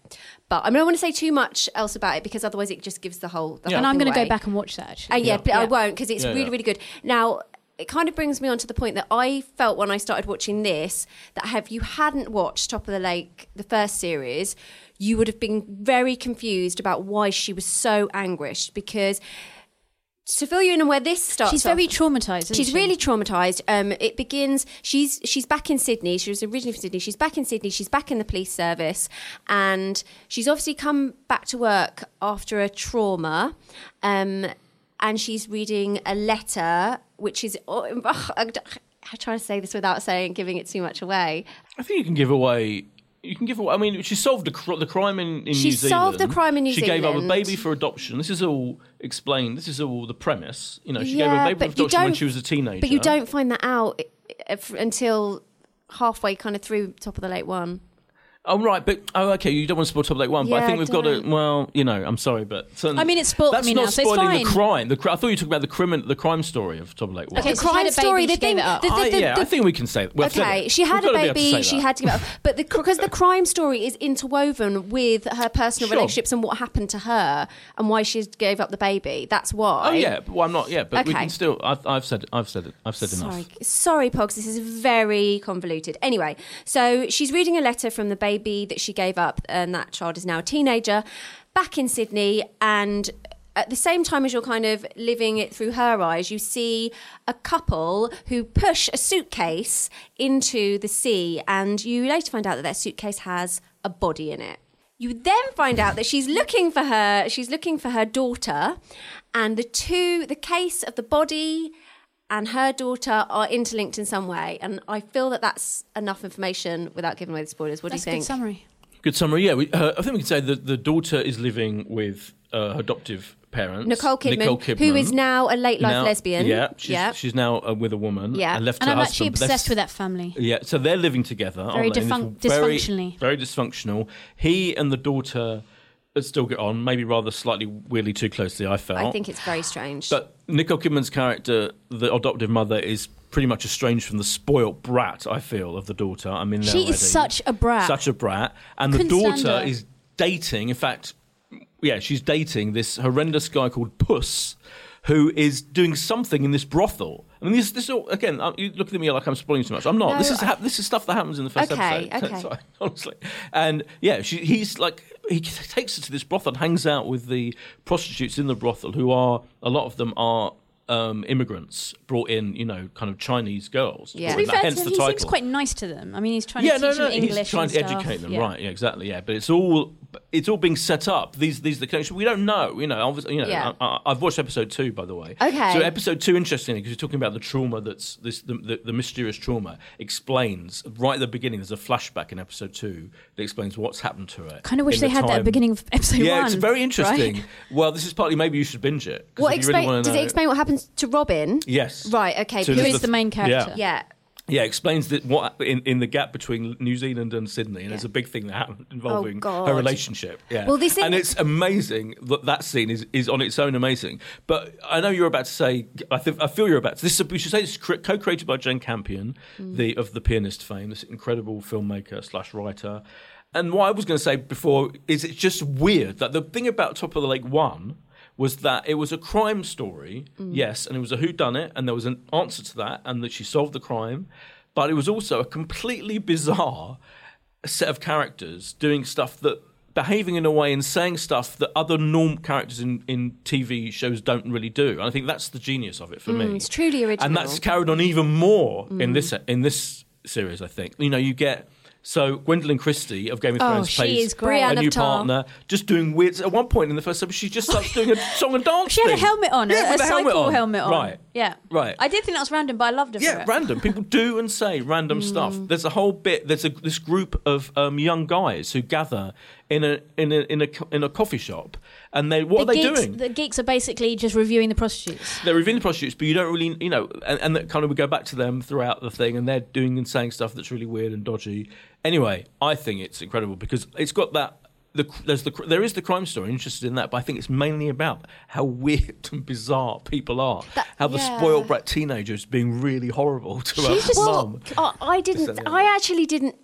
Speaker 2: but i don't want to say too much else about it because otherwise it just gives the whole the
Speaker 1: Yeah.
Speaker 2: whole
Speaker 3: and I'm
Speaker 2: thing
Speaker 3: going to go
Speaker 2: away.
Speaker 3: back and watch that actually.
Speaker 2: Uh, yeah, but I
Speaker 3: Yeah.
Speaker 2: won't because it's
Speaker 1: Yeah,
Speaker 2: really,
Speaker 1: yeah.
Speaker 2: really good. Now, it kind of brings me on to the point that I felt when I started watching this that have you hadn't watched Top of the Lake, the first series, you would have been very confused about why she was so anguished because to fill you in on where this starts,
Speaker 3: She's very
Speaker 2: off-
Speaker 3: traumatized. Isn't
Speaker 2: She's
Speaker 3: she?
Speaker 2: really traumatized. Um, it begins. She's she's back in Sydney. She was originally from Sydney. She's back in Sydney. She's back in the police service, and she's obviously come back to work after a trauma. Um, and she's reading a letter, which is. oh, [laughs] I'm trying to say this without saying giving it too much away.
Speaker 1: I think you can give away. You can give away. I mean, she solved the, cr- the crime in, in
Speaker 2: She
Speaker 1: New Zealand.
Speaker 2: solved the crime in New
Speaker 1: she She gave up a
Speaker 2: Zealand.
Speaker 1: baby for adoption. This is all explained. This is all the premise. You know, she
Speaker 2: Yeah,
Speaker 1: gave a baby
Speaker 2: but
Speaker 1: for
Speaker 2: you
Speaker 1: adoption when
Speaker 2: don't-
Speaker 1: she was a teenager.
Speaker 2: But you don't find that out uh, f- until halfway, kind of through top of the late one.
Speaker 1: Oh right, but oh okay. You don't want to spoil Top Lake One, but I
Speaker 2: Yeah,
Speaker 1: think we've got to.
Speaker 2: don't.
Speaker 1: Well, you know, I'm sorry, but
Speaker 3: I mean, it's spoiled
Speaker 1: That's
Speaker 3: me
Speaker 1: not
Speaker 3: now, so it's
Speaker 1: spoiling
Speaker 3: fine.
Speaker 1: the crime. The cri- I thought you were talking about the crime, the crime story of Top Lake One.
Speaker 3: Okay,
Speaker 2: the
Speaker 3: so she
Speaker 2: crime
Speaker 3: had a baby,
Speaker 2: story,
Speaker 3: she
Speaker 2: the
Speaker 3: gave
Speaker 2: thing,
Speaker 3: it up.
Speaker 2: the- the-
Speaker 1: I,
Speaker 2: the-
Speaker 1: yeah, I
Speaker 2: the-
Speaker 1: think we can say. Well, I've said
Speaker 2: Okay,
Speaker 1: it.
Speaker 2: she had
Speaker 1: We've got to
Speaker 2: a
Speaker 1: be able to
Speaker 2: baby.
Speaker 1: say
Speaker 2: She
Speaker 1: that.
Speaker 2: had to
Speaker 1: [laughs]
Speaker 2: give up, but the because the crime story is interwoven with her personal
Speaker 1: Sure.
Speaker 2: relationships and what happened to her and why she gave up the baby. That's why.
Speaker 1: Oh yeah, but- well I'm not. Yeah, but we
Speaker 2: Okay.
Speaker 1: can still. I've, I've said. I've said it. I've said enough.
Speaker 2: Sorry, sorry, Pogs. This is very convoluted. Anyway, so she's reading a letter from the baby that she gave up, and that child is now a teenager, back in Sydney, and at the same time as you're kind of living it through her eyes, you see a couple who push a suitcase into the sea, and you later find out that that suitcase has a body in it. You then find out that she's looking for her. She's looking for her daughter, and the two, the case of the body and her daughter, are interlinked in some way. And I feel that that's enough information without giving away the spoilers. What
Speaker 3: That's
Speaker 2: do
Speaker 3: a
Speaker 2: you think?
Speaker 3: good summary.
Speaker 1: Good summary. Yeah, we, uh, I think we can say that the daughter is living with uh, her adoptive parents,
Speaker 2: Nicole Kidman, who is now a late life
Speaker 1: Now-
Speaker 2: lesbian.
Speaker 1: Yeah, she's,
Speaker 2: yeah.
Speaker 1: she's now uh, with a woman.
Speaker 2: Yeah.
Speaker 1: and left
Speaker 3: And
Speaker 1: her
Speaker 3: I'm actually
Speaker 1: husband, but they're
Speaker 3: obsessed with that family.
Speaker 1: Yeah, so they're living together.
Speaker 3: Very
Speaker 1: aren't they? And
Speaker 3: defunct-
Speaker 1: it's very-
Speaker 3: dysfunctionally.
Speaker 1: Very dysfunctional. He and the daughter still get on, maybe rather slightly weirdly too closely. I felt.
Speaker 2: I think it's very strange.
Speaker 1: But Nicole Kidman's character, the adoptive mother, is pretty much estranged from the spoilt brat. I feel of the daughter. I mean,
Speaker 3: She is such a brat.
Speaker 1: such a brat, and the
Speaker 3: Couldn't stand
Speaker 1: daughter
Speaker 3: her.
Speaker 1: is dating. In fact, yeah, she's dating this horrendous guy called Puss, who is doing something in this brothel. I mean, this this all, again. uh, You looking at me like I'm spoiling too much. I'm not.
Speaker 2: No,
Speaker 1: this is
Speaker 2: I-
Speaker 1: hap this is stuff that happens in the first
Speaker 2: Okay,
Speaker 1: episode. [laughs]
Speaker 2: okay.
Speaker 1: Sorry, honestly, and yeah, she, he's like he takes her to this brothel and hangs out with the prostitutes in the brothel, who are a lot of them are. Um, immigrants brought in, you know, kind of Chinese girls.
Speaker 2: Yeah.
Speaker 3: To
Speaker 2: To
Speaker 3: be
Speaker 2: be
Speaker 3: fair
Speaker 1: Hence the
Speaker 3: he seems
Speaker 1: title
Speaker 3: quite nice to them. I mean, he's trying
Speaker 1: yeah,
Speaker 3: to
Speaker 1: no,
Speaker 3: teach
Speaker 1: no,
Speaker 3: them English.
Speaker 1: he's trying
Speaker 3: and
Speaker 1: to
Speaker 3: stuff.
Speaker 1: educate them,
Speaker 3: Yeah.
Speaker 1: right? Yeah, exactly. Yeah, but it's all it's all being set up. These these are the connections we don't know. You know, obviously, you know,
Speaker 2: Yeah.
Speaker 1: I, I, I've watched episode two by the way.
Speaker 2: Okay.
Speaker 1: So episode two, interestingly, because you're talking about the trauma that's this the, the, the mysterious trauma explains right at the beginning. There's a flashback in episode two that explains what's happened to it.
Speaker 3: Kind of wish
Speaker 1: in
Speaker 3: they
Speaker 1: the
Speaker 3: had that at
Speaker 1: time-
Speaker 3: the beginning of [laughs] episode
Speaker 1: Yeah,
Speaker 3: one.
Speaker 1: it's very interesting.
Speaker 3: right?
Speaker 1: Well, this is partly maybe you should binge it. 'cause
Speaker 2: what
Speaker 1: if you really
Speaker 2: explain,
Speaker 1: wanna
Speaker 2: does
Speaker 1: know-
Speaker 2: it explain what happens to Robin?
Speaker 1: Yes.
Speaker 2: Right, okay,
Speaker 1: So
Speaker 2: because-
Speaker 1: there's
Speaker 3: Who is the main
Speaker 1: yeah.
Speaker 3: character?
Speaker 2: Yeah.
Speaker 1: Yeah, explains that what in, in the gap between New Zealand and Sydney, and there's a big thing that happened involving
Speaker 2: God.
Speaker 1: her relationship. Yeah,
Speaker 2: Well, this thing-
Speaker 1: and it's amazing that that scene is, is on its own amazing. But I know you're about to say, I, think I feel you're about to. This we should say this is cre- co-created by Jane Campion,
Speaker 2: Mm.
Speaker 1: the of the pianist fame, this incredible filmmaker slash writer. And what I was going to say before is it's just weird that the thing about Top of the Lake One was that it was a crime story,
Speaker 2: Mm.
Speaker 1: yes, and it was a who done it, and there was an answer to that, and that she solved the crime, but it was also a completely bizarre set of characters doing stuff that behaving in a way and saying stuff that other norm characters in, in TV shows don't really do. And I think that's the genius of it for
Speaker 3: Mm,
Speaker 1: me.
Speaker 2: it's truly
Speaker 1: And
Speaker 2: original.
Speaker 1: that's carried on even more in this in this series, I think. You know, you get so Gwendolyn Christie of Game of
Speaker 3: Oh,
Speaker 1: Thrones
Speaker 3: she
Speaker 1: plays
Speaker 3: is great.
Speaker 1: a
Speaker 2: Brienne
Speaker 1: new
Speaker 2: of Tarth.
Speaker 1: partner, just doing weird. At one point in the first episode, she just starts doing a song and dance.
Speaker 3: She had a
Speaker 1: thing.
Speaker 3: helmet on,
Speaker 1: yeah,
Speaker 3: a, a
Speaker 1: with a helmet
Speaker 3: cycle
Speaker 1: on.
Speaker 3: helmet on.
Speaker 1: Right.
Speaker 3: Yeah.
Speaker 1: Right.
Speaker 3: I did think that was random, but I loved it. for
Speaker 1: Yeah,
Speaker 3: it.
Speaker 1: random people do and say random stuff.
Speaker 3: Mm.
Speaker 1: There's a whole bit. There's a, this group of um, young guys who gather in a in a in a co- in a coffee shop, and they what
Speaker 3: the
Speaker 1: are they
Speaker 3: geeks,
Speaker 1: doing?
Speaker 3: The geeks are basically just reviewing the prostitutes.
Speaker 1: they're reviewing the prostitutes, but you don't really, you know, and, and that kind of we go back to them throughout the thing, and they're doing and saying stuff that's really weird and dodgy. Anyway, I think it's incredible because it's got that. The, there's the there is the crime story I'm interested in that, but I think it's mainly about how weird [laughs] and bizarre people are, how the
Speaker 2: yeah.
Speaker 1: spoiled brat teenager is being really horrible to
Speaker 3: She's
Speaker 1: her
Speaker 3: just-
Speaker 1: mum.
Speaker 2: I, I didn't.
Speaker 1: Just a-
Speaker 2: I actually didn't.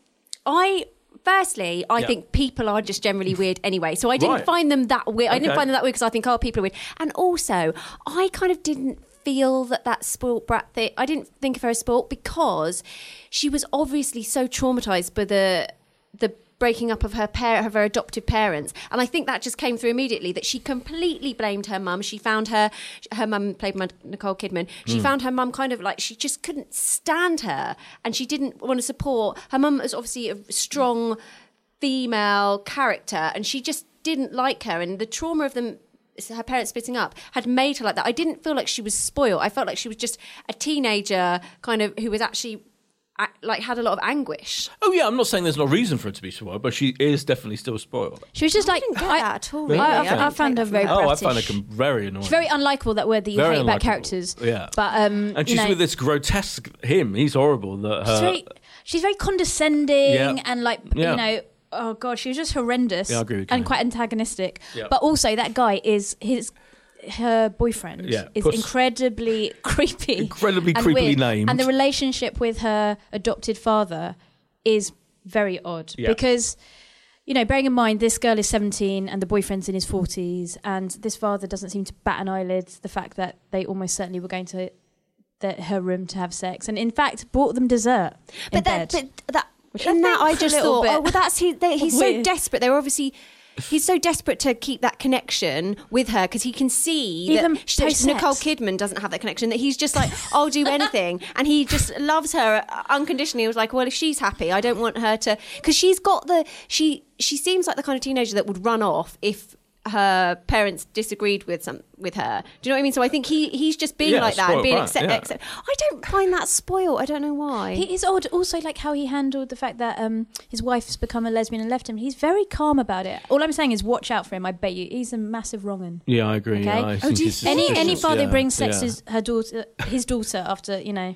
Speaker 2: I firstly, I
Speaker 1: Yeah.
Speaker 2: think people are just
Speaker 1: [laughs]
Speaker 2: generally weird anyway. So I didn't
Speaker 1: Right.
Speaker 2: find them that weird. I didn't
Speaker 1: Okay.
Speaker 2: find them that weird because I think oh, people are weird. And also, I kind of didn't feel that that spoilt brat thing. I didn't think of her as spoilt because she was obviously so traumatized by the the breaking up of her par- of her adoptive parents and i think that just came through immediately that she completely blamed her mum she found her her mum played by nicole kidman she found her mum kind of like she just couldn't stand her and she didn't want to support her mum was obviously a strong female character and she just didn't like her and the trauma of them her parents splitting up had made her like that i didn't feel like she was spoiled i felt like she was just a teenager kind of who was actually a- like had a lot of anguish
Speaker 1: Oh yeah, I'm not saying there's no reason for her to be spoiled, but she is definitely still spoiled.
Speaker 3: She was just like,
Speaker 2: didn't get
Speaker 3: I,
Speaker 2: that at all,
Speaker 3: I-
Speaker 2: really.
Speaker 3: I,
Speaker 2: I didn't
Speaker 3: I found
Speaker 2: take
Speaker 3: her
Speaker 2: that
Speaker 3: very
Speaker 2: from
Speaker 1: Oh, I
Speaker 3: British.
Speaker 1: find her com- very annoying.
Speaker 3: She's very unlikable. That word that you
Speaker 1: Very
Speaker 3: hate about
Speaker 1: unlikable.
Speaker 3: characters.
Speaker 1: Yeah.
Speaker 3: But um,
Speaker 1: and
Speaker 3: you
Speaker 1: she's
Speaker 3: know,
Speaker 1: with this grotesque him. He's horrible. That her,
Speaker 3: she's very, she's very condescending
Speaker 1: Yeah.
Speaker 3: and like
Speaker 1: Yeah.
Speaker 3: you know. Oh god, she was just horrendous
Speaker 1: Yeah, I agree with
Speaker 3: and
Speaker 1: Kate.
Speaker 3: quite antagonistic.
Speaker 1: Yeah.
Speaker 3: But also, that guy is his her boyfriend
Speaker 1: Yeah,
Speaker 3: is
Speaker 1: Puss.
Speaker 3: incredibly [laughs] creepy,
Speaker 1: Incredibly
Speaker 3: and
Speaker 1: creepily
Speaker 3: weird.
Speaker 1: named.
Speaker 3: and the relationship with her adopted father is very odd
Speaker 1: Yeah.
Speaker 3: because you know, bearing in mind this girl is 17 and the boyfriend's in his 40s, and this father doesn't seem to bat an eyelid the fact that they almost certainly were going to the, her room to have sex, and in fact brought them dessert in
Speaker 2: but that,
Speaker 3: bed.
Speaker 2: but that
Speaker 3: Which I
Speaker 2: in that I
Speaker 3: think is a
Speaker 2: just
Speaker 3: little
Speaker 2: thought,
Speaker 3: bit
Speaker 2: oh well, that's he. They, he's so
Speaker 3: weird.
Speaker 2: desperate. They're obviously he's so desperate to keep that connection with her because he can see
Speaker 3: Even
Speaker 2: that she-
Speaker 3: post-sex.
Speaker 2: Nicole Kidman doesn't have that connection. That he's just like, I'll do anything, [laughs] and he just loves her uh, unconditionally. He was like, well, if she's happy, I don't want her to because she's got the she she seems like the kind of teenager that would run off if her parents disagreed with some with her. Do you know what I mean? So I think he he's just being
Speaker 1: Yeah,
Speaker 2: like that and
Speaker 1: spoiled
Speaker 2: being
Speaker 1: brat,
Speaker 2: accept,
Speaker 1: yeah.
Speaker 2: accept. I don't find that spoil. I don't know why.
Speaker 3: It is odd, also, like how he handled the fact that um, his wife has become a lesbian and left him. He's very calm about it. All I'm saying is, watch out for him. I bet you he's a massive wrong'un.
Speaker 1: Yeah, I agree.
Speaker 3: Okay. Oh,
Speaker 1: Yeah, I think it's
Speaker 3: any any
Speaker 1: suspicious,
Speaker 3: father
Speaker 1: yeah,
Speaker 3: brings sex
Speaker 1: yeah.
Speaker 3: to his- her daughter, his daughter after you know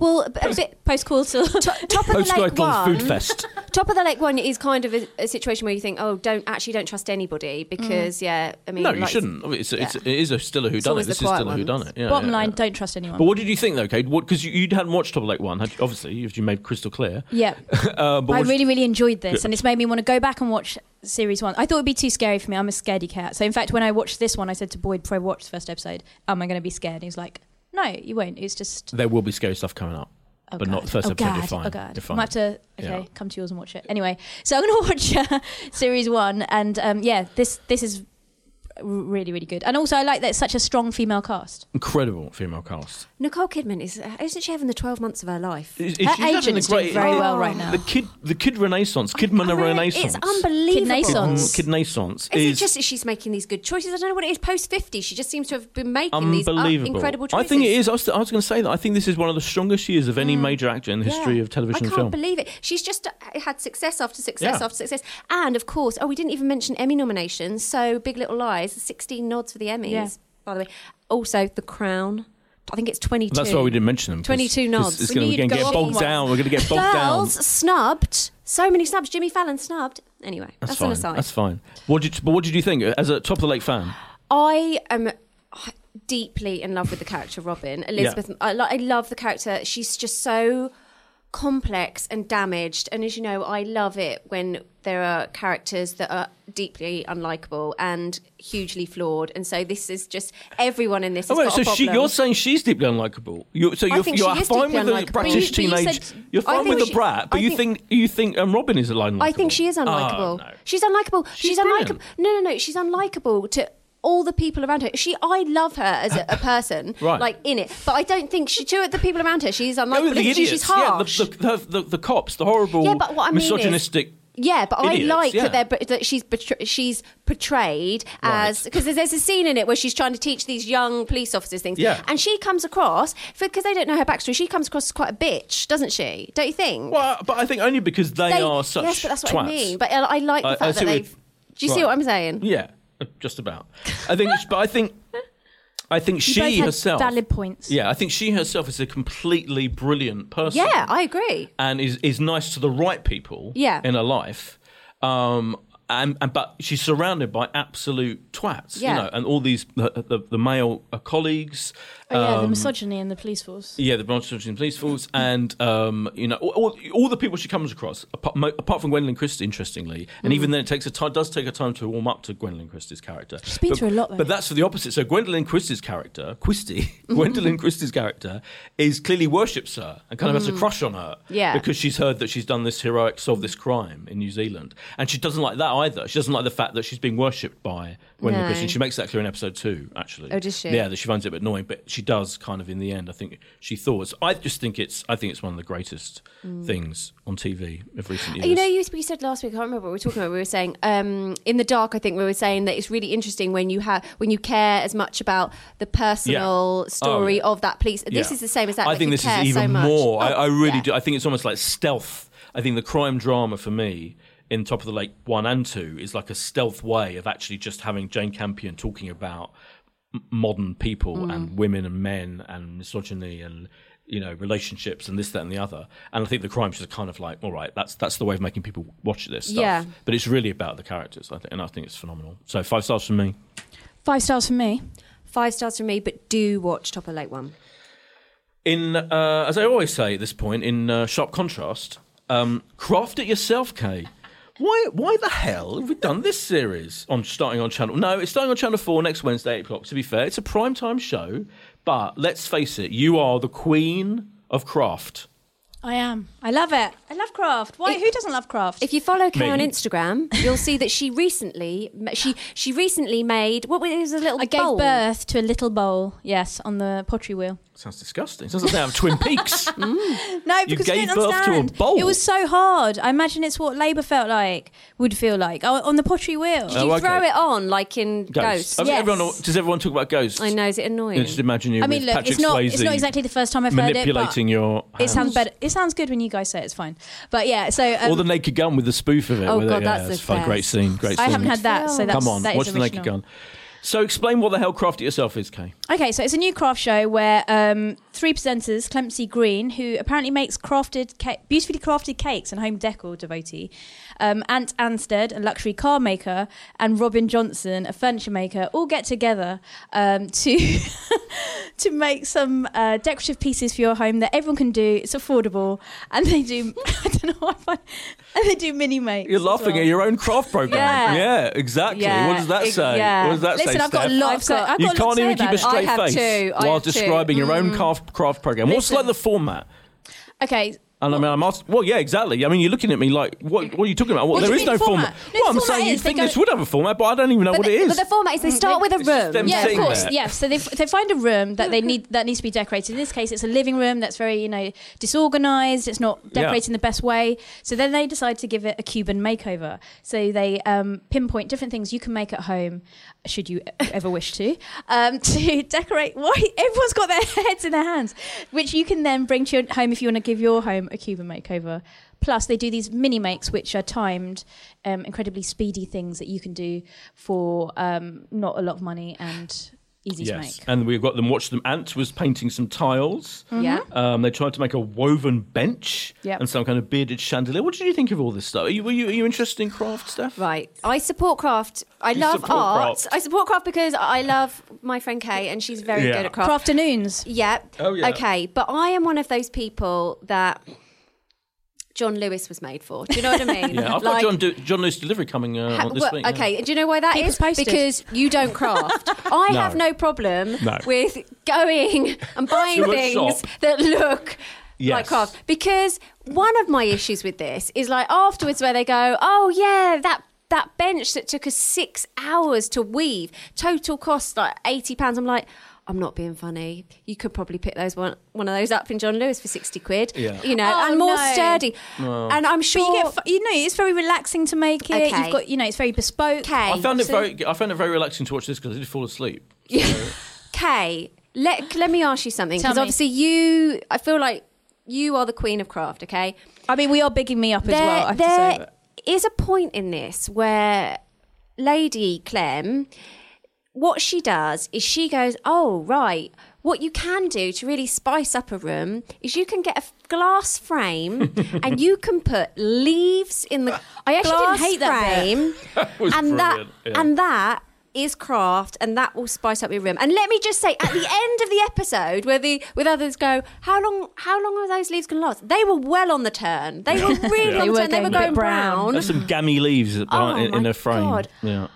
Speaker 2: well, a bit
Speaker 3: post coital.
Speaker 1: [laughs]
Speaker 2: top of
Speaker 1: Oh,
Speaker 2: the lake
Speaker 1: Post-Glycon
Speaker 2: one.
Speaker 1: Food
Speaker 3: [laughs]
Speaker 1: Fest.
Speaker 2: Top of the lake one is kind of a, a situation where you think, oh, don't actually don't trust anybody because yeah, I mean,
Speaker 1: Mm. No, you
Speaker 2: like-
Speaker 1: shouldn't. It's, it's, it is a still a who done it.
Speaker 2: always the
Speaker 1: This is
Speaker 2: quiet
Speaker 1: still a who done
Speaker 2: ones.
Speaker 1: it. Yeah,
Speaker 3: Bottom
Speaker 1: yeah,
Speaker 3: line,
Speaker 1: yeah.
Speaker 3: don't trust anyone.
Speaker 1: But what did you think though, Kate? What because you, you hadn't watched Top Lake One, had you? obviously, if you made crystal clear.
Speaker 3: yeah,
Speaker 1: Uh, but what
Speaker 3: I
Speaker 1: did
Speaker 3: really really enjoyed this,
Speaker 1: Good.
Speaker 3: and it's made me want to go back and watch series one. I thought it'd be too scary for me. I'm a scaredy cat. So in fact, when I watched this one, I said to Boyd before I watched the first episode, "Am I going to be scared?" And he was like, "No, you won't. It's just."
Speaker 1: you- there will be scary stuff coming up,
Speaker 3: Oh,
Speaker 1: but
Speaker 3: God.
Speaker 1: not the first
Speaker 3: oh,
Speaker 1: episode.
Speaker 3: God.
Speaker 1: You're fine.
Speaker 3: Oh, God.
Speaker 1: You're fine.
Speaker 3: I might have to, okay,
Speaker 1: Yeah.
Speaker 3: come to yours and watch it. Anyway, so I'm going to [laughs] watch uh, series one. And um, yeah, this this is r- really, really good. And also, I like that it's such a strong female cast.
Speaker 1: Incredible female cast.
Speaker 2: Nicole Kidman is uh, isn't she having the twelve months of her life?
Speaker 1: Is- is
Speaker 3: Her
Speaker 1: she having
Speaker 3: agent
Speaker 1: a
Speaker 3: is doing
Speaker 1: great-
Speaker 3: very
Speaker 2: Oh.
Speaker 3: well right now.
Speaker 1: The kid, the kid renaissance, Kidman
Speaker 2: I mean,
Speaker 1: renaissance.
Speaker 2: It's unbelievable.
Speaker 3: Kidnaissance.
Speaker 1: Mm, Kidnaissance
Speaker 2: Is,
Speaker 1: is,
Speaker 2: it just that she's making these good choices? I don't know what it is. Post fifty, she just seems to have been making these uh,
Speaker 1: unbelievable.
Speaker 2: incredible choices. Hmm.
Speaker 1: I think it is. I was, I was going to say that. I think this is one of the strongest years of any major actor in the
Speaker 2: Yeah.
Speaker 1: history of television
Speaker 2: I
Speaker 1: and film.
Speaker 2: can't believe it. She's just uh, had success after success
Speaker 1: Yeah.
Speaker 2: after success, and of course, oh, we didn't even mention Emmy nominations. So Big Little Lies, sixteen nods for the Emmys.
Speaker 3: Yeah.
Speaker 2: By the way, also The Crown. I think it's twenty-two.
Speaker 1: That's why we didn't mention them. 'cause-
Speaker 2: 22
Speaker 1: 'cause
Speaker 2: nods.
Speaker 1: It's
Speaker 2: We
Speaker 1: gonna,
Speaker 3: need
Speaker 1: we're going
Speaker 3: to
Speaker 1: to
Speaker 3: go
Speaker 1: get
Speaker 3: up
Speaker 1: bogged
Speaker 3: one.
Speaker 1: down. We're going to get bogged down.
Speaker 2: Girls snubbed. So many snubs. Jimmy Fallon snubbed. Anyway, that's,
Speaker 1: fine.
Speaker 2: an aside.
Speaker 1: That's fine. What did, but what did you think as a top of the lake fan?
Speaker 2: I am deeply in love with the character Robin. Elizabeth, I, lo- I love the character. She's just so complex and damaged. And as you know, I love it when there are characters that are deeply unlikable and hugely flawed. And so this is just everyone in this. Has
Speaker 1: Oh, wait,
Speaker 2: got
Speaker 1: so
Speaker 2: a
Speaker 1: she,
Speaker 2: problem.
Speaker 1: you're saying she's deeply unlikable. You're, so
Speaker 2: I
Speaker 1: you're,
Speaker 2: think
Speaker 1: you're
Speaker 2: she is
Speaker 1: fine
Speaker 2: deeply
Speaker 1: with the
Speaker 2: unlikable.
Speaker 1: British
Speaker 3: But you- but you
Speaker 1: teenage.
Speaker 3: said-
Speaker 1: You are
Speaker 2: I
Speaker 1: fine
Speaker 2: think
Speaker 1: with the
Speaker 2: she-
Speaker 1: brat, but
Speaker 2: I
Speaker 1: you
Speaker 2: think-
Speaker 1: think you think um, Robin is unlikable.
Speaker 2: I think she is unlikable.
Speaker 1: Oh, no.
Speaker 2: She's unlikable. She's,
Speaker 1: brilliant.
Speaker 2: unlikable. No, no, no. She's unlikable to all the people around her. She, I love her as a,
Speaker 1: [laughs]
Speaker 2: a person,
Speaker 1: Right.
Speaker 2: like in it. But I don't think she to the people around her. She's unlikable.
Speaker 1: No, the
Speaker 2: isn't
Speaker 1: idiots.
Speaker 2: she? She's harsh.
Speaker 1: Yeah, the, the, the, the cops, the horrible,
Speaker 2: Yeah, but what I mean is-
Speaker 1: misogynistic.
Speaker 2: Yeah, but I
Speaker 1: Idiots,
Speaker 2: like
Speaker 1: yeah.
Speaker 2: that they're that she's betr- she's portrayed
Speaker 1: Right.
Speaker 2: as because there's, there's a scene in it where she's trying to teach these young police officers things,
Speaker 1: Yeah.
Speaker 2: and she comes across because they don't know her backstory. She comes across as quite a bitch, doesn't she? Don't you think?
Speaker 1: Well, but I think only because they,
Speaker 2: They-
Speaker 1: are such
Speaker 2: yes, but that's what
Speaker 1: twats. Uh,
Speaker 2: I mean. But I, I like the
Speaker 1: I- I
Speaker 2: fact
Speaker 1: see
Speaker 2: that
Speaker 1: what you-
Speaker 2: they've. Do you see
Speaker 1: Right.
Speaker 2: what I'm saying?
Speaker 1: yeah, uh, just about. I
Speaker 2: [laughs]
Speaker 1: think, but I think, I think
Speaker 3: You
Speaker 1: she
Speaker 3: both had
Speaker 1: herself.
Speaker 3: Valid points.
Speaker 1: Yeah, I think she herself is a completely brilliant person.
Speaker 2: Yeah, I agree.
Speaker 1: and is is nice to the right people
Speaker 2: Yeah.
Speaker 1: in her life. Um and, and but she's surrounded by absolute twats,
Speaker 2: Yeah.
Speaker 1: you know, and all these the, the, the male uh, colleagues, uh,
Speaker 3: Oh, yeah,
Speaker 1: um,
Speaker 3: the misogyny in the police force.
Speaker 1: yeah, the branch of the police force, and um, you know, all, all- all the people she comes across, apart, mo- apart from Gwendolyn Christie, interestingly, and
Speaker 2: Mm.
Speaker 1: even then, it takes a time, does take a time to warm up to Gwendolyn Christie's character. She's
Speaker 3: been
Speaker 1: but,
Speaker 3: through a lot, though.
Speaker 1: but that's for the opposite. So Gwendolyn Christie's character,
Speaker 2: [laughs]
Speaker 1: Christie, Gwendolyn Christie's character, is clearly worships her and kind of has a crush on her,
Speaker 2: Mm. Yeah.
Speaker 1: because she's heard that she's done this heroic, solved this crime in New Zealand, and she doesn't like that either. She doesn't like the fact that she's being worshipped by Gwendolyn
Speaker 2: No.
Speaker 1: Christie. She makes that clear in episode two, actually.
Speaker 2: Oh, does she?
Speaker 1: Yeah, that she finds it a bit annoying, but she does kind of in the end. I think she thought. I just think it's. I think it's one of the greatest things on TV of recent years.
Speaker 2: Mm. You know, you, we said last week. I can't remember what we were talking about. We were saying um, in the dark. I think we were saying that it's really interesting when you have when you care as much about the personal
Speaker 1: Oh,
Speaker 2: story
Speaker 1: yeah.
Speaker 2: of that police. This
Speaker 1: Yeah.
Speaker 2: is the same as that.
Speaker 1: I
Speaker 2: like,
Speaker 1: think
Speaker 2: you
Speaker 1: this
Speaker 2: care
Speaker 1: is even
Speaker 2: so much.
Speaker 1: more. I,
Speaker 2: Oh,
Speaker 1: I really
Speaker 2: yeah.
Speaker 1: do. I think it's almost like stealth. I think the crime drama for me in Top of the Lake one and two is like a stealth way of actually just having Jane Campion talking about m- modern people
Speaker 2: Mm.
Speaker 1: and women and men and misogyny and you know relationships and this that and the other and i think the crime's just kind of like all right that's that's the way of making people watch this stuff
Speaker 2: Yeah.
Speaker 1: but it's really about the characters i think and i think it's phenomenal so five stars from me
Speaker 3: Five stars from me.
Speaker 2: Five stars from me, but do watch Top of Lake One.
Speaker 1: in uh, as I always say at this point, in uh, sharp contrast, um, craft it yourself, Kay. Why, why the hell have we done this series on starting on channel? No, it's starting on channel four next Wednesday, eight o'clock. To be fair, it's a prime time show, but let's face it, you are the queen of craft.
Speaker 3: I am. I love it. I love craft. Why?
Speaker 2: If-
Speaker 3: Who doesn't love craft?
Speaker 2: If you follow Kay on
Speaker 1: Me.
Speaker 2: Instagram, you'll see that she recently she she recently made what was it, it was a little
Speaker 3: I gave
Speaker 2: bowl.
Speaker 3: birth to a little bowl. Yes, on the pottery wheel.
Speaker 1: Sounds disgusting. Sounds like
Speaker 3: [laughs]
Speaker 1: they have Twin Peaks.
Speaker 3: No,
Speaker 1: You
Speaker 3: because I
Speaker 1: gave
Speaker 3: didn't
Speaker 1: birth to a
Speaker 3: understand.
Speaker 1: bowl?
Speaker 3: It was so hard. I imagine it's what Labour felt like, would feel like oh, on the pottery wheel.
Speaker 2: Did you
Speaker 1: Oh,
Speaker 2: throw
Speaker 1: okay.
Speaker 2: it on like in
Speaker 1: Ghosts.
Speaker 2: Ghost?
Speaker 1: I mean,
Speaker 3: Yes.
Speaker 1: everyone, does everyone talk about ghosts?
Speaker 2: I know. Is
Speaker 1: You
Speaker 2: it
Speaker 1: know,
Speaker 2: annoying?
Speaker 1: just imagine you
Speaker 3: I mean,
Speaker 1: with
Speaker 3: look,
Speaker 1: Patrick
Speaker 3: it's not.
Speaker 1: Swayze
Speaker 3: It's not exactly the first time I've heard it. but
Speaker 1: manipulating your.
Speaker 3: It sounds
Speaker 1: hands.
Speaker 3: better. It sounds good when you guys say it's fine. But yeah, so um,
Speaker 1: or the Naked Gun with the spoof of it.
Speaker 2: Oh,
Speaker 1: with it.
Speaker 2: God,
Speaker 1: yeah,
Speaker 2: that's the
Speaker 1: it's fun. Great
Speaker 2: best.
Speaker 1: scene. Great scene.
Speaker 3: I haven't had that. So
Speaker 2: Film.
Speaker 3: that's
Speaker 1: Come on,
Speaker 3: that is
Speaker 1: watch the Naked
Speaker 3: original.
Speaker 1: Gun. So explain what the hell Craft It Yourself is, Kay.
Speaker 3: Okay, so it's a new craft show where um, three presenters, Clemcy Green, who apparently makes crafted, ca- beautifully crafted cakes and home decor devotee, um, Ant Anstead, a luxury car maker, and Robin Johnson, a furniture maker, all get together um, [laughs] to to make some uh, decorative pieces for your home that everyone can do. It's affordable, and they do. [laughs] I don't know why I find, and they do mini makes.
Speaker 1: You're
Speaker 3: as
Speaker 1: laughing
Speaker 3: well.
Speaker 1: at your own craft program.
Speaker 2: Yeah.
Speaker 1: exactly.
Speaker 2: Yeah,
Speaker 1: What does that
Speaker 2: ex-
Speaker 1: say?
Speaker 2: yeah.
Speaker 1: What does that
Speaker 3: Listen,
Speaker 1: say?
Speaker 3: I've got
Speaker 1: Steph?
Speaker 3: a lot. I've
Speaker 2: I've
Speaker 3: got,
Speaker 2: got-
Speaker 3: I've got
Speaker 1: you
Speaker 3: a lot
Speaker 1: can't
Speaker 3: to
Speaker 1: even keep
Speaker 3: say about
Speaker 1: a
Speaker 3: it.
Speaker 1: straight
Speaker 2: I have
Speaker 1: face
Speaker 2: two, I
Speaker 1: while
Speaker 2: have two.
Speaker 1: describing your own craft craft program. What's
Speaker 3: Mm. Listen.
Speaker 1: like the format?
Speaker 3: Okay,
Speaker 1: And I mean, I'm asked. Well, yeah, exactly. I mean, you're looking at me like, what? What are you talking about?
Speaker 3: What
Speaker 1: there
Speaker 3: do
Speaker 1: is
Speaker 3: you mean
Speaker 1: no
Speaker 3: format?
Speaker 1: format.
Speaker 3: No,
Speaker 1: well, I'm
Speaker 3: format
Speaker 1: saying you
Speaker 3: is they
Speaker 1: think
Speaker 3: go-
Speaker 1: this would have a format, but I don't even know
Speaker 2: but,
Speaker 1: what
Speaker 2: the,
Speaker 1: it is.
Speaker 2: but the format is they start with a
Speaker 1: It's just
Speaker 2: room.
Speaker 1: them
Speaker 3: yeah, of
Speaker 1: sitting
Speaker 3: course.
Speaker 1: there.
Speaker 3: Yeah, so they, f- they find a room that they need that needs to be decorated. In this case, it's a living room that's very you know disorganized. It's not decorated in the best way. So then they decide to give it a Cuban makeover. So they um, pinpoint different things you can make at home, should you e- ever wish to, um, [laughs] to decorate. Why everyone's got their heads in their hands, which you can then bring to your home if you want to give your home a Cuban makeover. Plus, they do these mini makes, which are timed, um, incredibly speedy things that you can do for um, not a lot of money and easy
Speaker 1: yes,
Speaker 3: to make. Mm-hmm.
Speaker 1: and we've got them. Watch them. Ant was painting some tiles.
Speaker 2: Yeah.
Speaker 1: Um, they tried to make a woven bench
Speaker 3: Yep.
Speaker 1: and some kind of bearded chandelier. What did you think of all this stuff? Are you, were you, are you interested in craft stuff?
Speaker 2: Right. I support craft. I love
Speaker 1: support
Speaker 2: art.
Speaker 1: craft.
Speaker 2: I support craft because I love my friend Kay and she's very
Speaker 1: Yeah.
Speaker 2: good at craft.
Speaker 3: Craft afternoons.
Speaker 2: Yeah.
Speaker 1: Oh, yeah.
Speaker 2: Okay, but I am one of those people that John Lewis was made for. Do you
Speaker 1: [laughs]
Speaker 2: know what I mean?
Speaker 1: Yeah, I've got
Speaker 2: Like-
Speaker 1: John, Do- John Lewis delivery coming uh,
Speaker 2: Ha-
Speaker 1: on this
Speaker 2: well,
Speaker 1: week. yeah.
Speaker 2: okay, do you know why that
Speaker 3: Keep
Speaker 2: is?
Speaker 3: us posted.
Speaker 2: Because you don't
Speaker 3: [laughs]
Speaker 2: craft. I have no problem
Speaker 1: No.
Speaker 2: with going and buying
Speaker 1: To a
Speaker 2: things
Speaker 1: shop.
Speaker 2: that look like
Speaker 1: Yes.
Speaker 2: craft. Because one of my issues with this is like afterwards where they go, oh yeah, that. That bench that took us six hours to weave, total cost like eighty pounds. I'm like, I'm not being funny. You could probably pick those one one of those up in John Lewis for sixty quid,
Speaker 1: Yeah.
Speaker 2: you know,
Speaker 3: Oh,
Speaker 2: and more
Speaker 3: no.
Speaker 2: sturdy. And I'm
Speaker 3: But
Speaker 2: sure
Speaker 3: you get, fu- you know, it's very relaxing to make it.
Speaker 2: Okay.
Speaker 3: You've got, you know, it's very bespoke.
Speaker 2: Okay.
Speaker 1: I found it
Speaker 3: So-
Speaker 1: very. I found it very relaxing to watch this because I did fall asleep.
Speaker 2: Kay, let let me ask you something
Speaker 3: Tell
Speaker 2: because
Speaker 3: me.
Speaker 2: obviously you, I feel like you are the queen of craft. Okay,
Speaker 3: I mean, we are bigging me up as well. I have to say.
Speaker 2: there
Speaker 3: but-
Speaker 2: is a point in this where Lady Clem, what she does is she goes, oh right. What you can do to really spice up a room is you can get a f- glass
Speaker 3: [laughs]
Speaker 2: frame and you can put leaves in the. I actually
Speaker 3: Glass
Speaker 2: didn't hate that
Speaker 3: frame.
Speaker 2: frame
Speaker 3: [laughs]
Speaker 1: was
Speaker 2: and that
Speaker 1: brilliant, yeah.
Speaker 2: and that is craft and that will spice up your room and let me just say at the
Speaker 3: [laughs]
Speaker 2: end of the episode where the with others go how long how long are those leaves going to last they were well on the turn they
Speaker 3: [laughs]
Speaker 2: were really
Speaker 3: They
Speaker 2: on
Speaker 3: were
Speaker 2: the turn they were
Speaker 3: getting a
Speaker 2: going
Speaker 3: bit brown.
Speaker 2: brown,
Speaker 1: There's some gammy leaves that aren't in, in
Speaker 2: Oh my
Speaker 1: a frame.
Speaker 2: God.
Speaker 1: Yeah.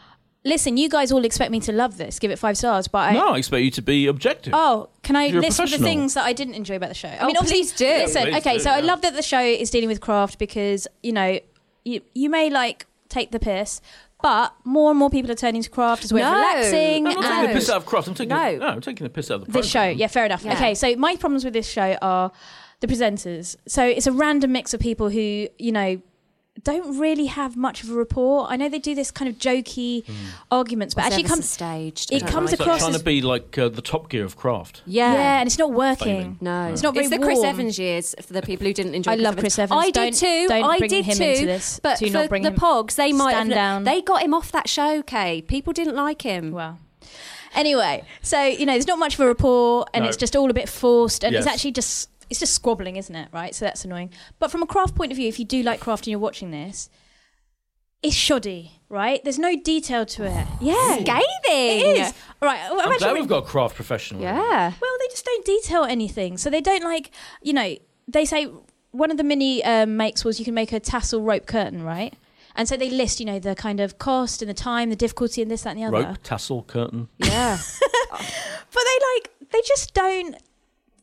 Speaker 3: Listen, you guys all expect me to love this. Give it five stars, but
Speaker 2: Oh.
Speaker 3: I,
Speaker 1: No, I expect you to be objective.
Speaker 3: Oh, can I
Speaker 1: You're a
Speaker 3: list the
Speaker 1: professional.
Speaker 3: things that I didn't enjoy about the show? I
Speaker 2: Oh,
Speaker 3: mean, obviously,
Speaker 2: please do.
Speaker 3: Listen,
Speaker 1: Please
Speaker 3: okay,
Speaker 1: do,
Speaker 3: so I
Speaker 1: yeah.
Speaker 3: love that the show is dealing with craft because you know you you may like take the piss, but more and more people are turning to craft as a way of
Speaker 2: No.
Speaker 3: relaxing.
Speaker 1: I'm not taking the
Speaker 3: and-
Speaker 1: piss out of craft. I'm taking
Speaker 2: No.
Speaker 1: no. I'm taking the piss out of the.
Speaker 3: this show.
Speaker 1: program.
Speaker 3: Yeah, fair enough.
Speaker 2: Yeah.
Speaker 3: Okay, so my problems with this show are the presenters. So it's a random mix of people who, you know, don't really have much of a rapport. I know they do this kind of jokey
Speaker 1: Hmm.
Speaker 3: arguments, but actually
Speaker 2: Service is
Speaker 3: comes
Speaker 2: staged
Speaker 3: it
Speaker 2: I don't
Speaker 3: comes
Speaker 2: like
Speaker 1: It's like
Speaker 3: across
Speaker 1: trying
Speaker 3: as-
Speaker 1: to be like uh, the Top Gear of craft.
Speaker 2: yeah,
Speaker 3: yeah, and it's not working.
Speaker 2: no
Speaker 3: It's not very
Speaker 2: the Chris
Speaker 3: warm.
Speaker 2: Evans years for the people who didn't enjoy
Speaker 3: I love Chris Evans.
Speaker 2: I
Speaker 3: Don't-
Speaker 2: did too
Speaker 3: don't
Speaker 2: I
Speaker 3: bring
Speaker 2: did
Speaker 3: him
Speaker 2: too
Speaker 3: into this.
Speaker 2: but
Speaker 3: Do
Speaker 2: for
Speaker 3: not bring
Speaker 2: the
Speaker 3: him-
Speaker 2: Pogs they might
Speaker 3: Stand
Speaker 2: have,
Speaker 3: down.
Speaker 2: they got him off that show Kay people didn't like him
Speaker 3: Wow. Anyway, so you know, there's not much of a rapport, and
Speaker 1: No.
Speaker 3: it's just all a bit forced, and it's
Speaker 1: Yes.
Speaker 3: actually just it's just squabbling, isn't it? Right. So that's annoying. But from a craft point of view, if you do like craft and you're watching this, it's shoddy, right? There's no detail to it. [sighs] Yeah,
Speaker 2: scathing
Speaker 3: it is. All right. well,
Speaker 1: I'm
Speaker 3: imagine
Speaker 1: glad
Speaker 3: when-
Speaker 1: we've got a craft professional.
Speaker 2: yeah
Speaker 3: well, they just don't detail anything. So they don't like, you know, they say one of the mini um, makes was you can make a tassel rope curtain, right? And so they list, you know, the kind of cost and the time, the difficulty, and this, that, and the other.
Speaker 1: Rope, tassel, curtain.
Speaker 2: yeah
Speaker 3: But they like, they just don't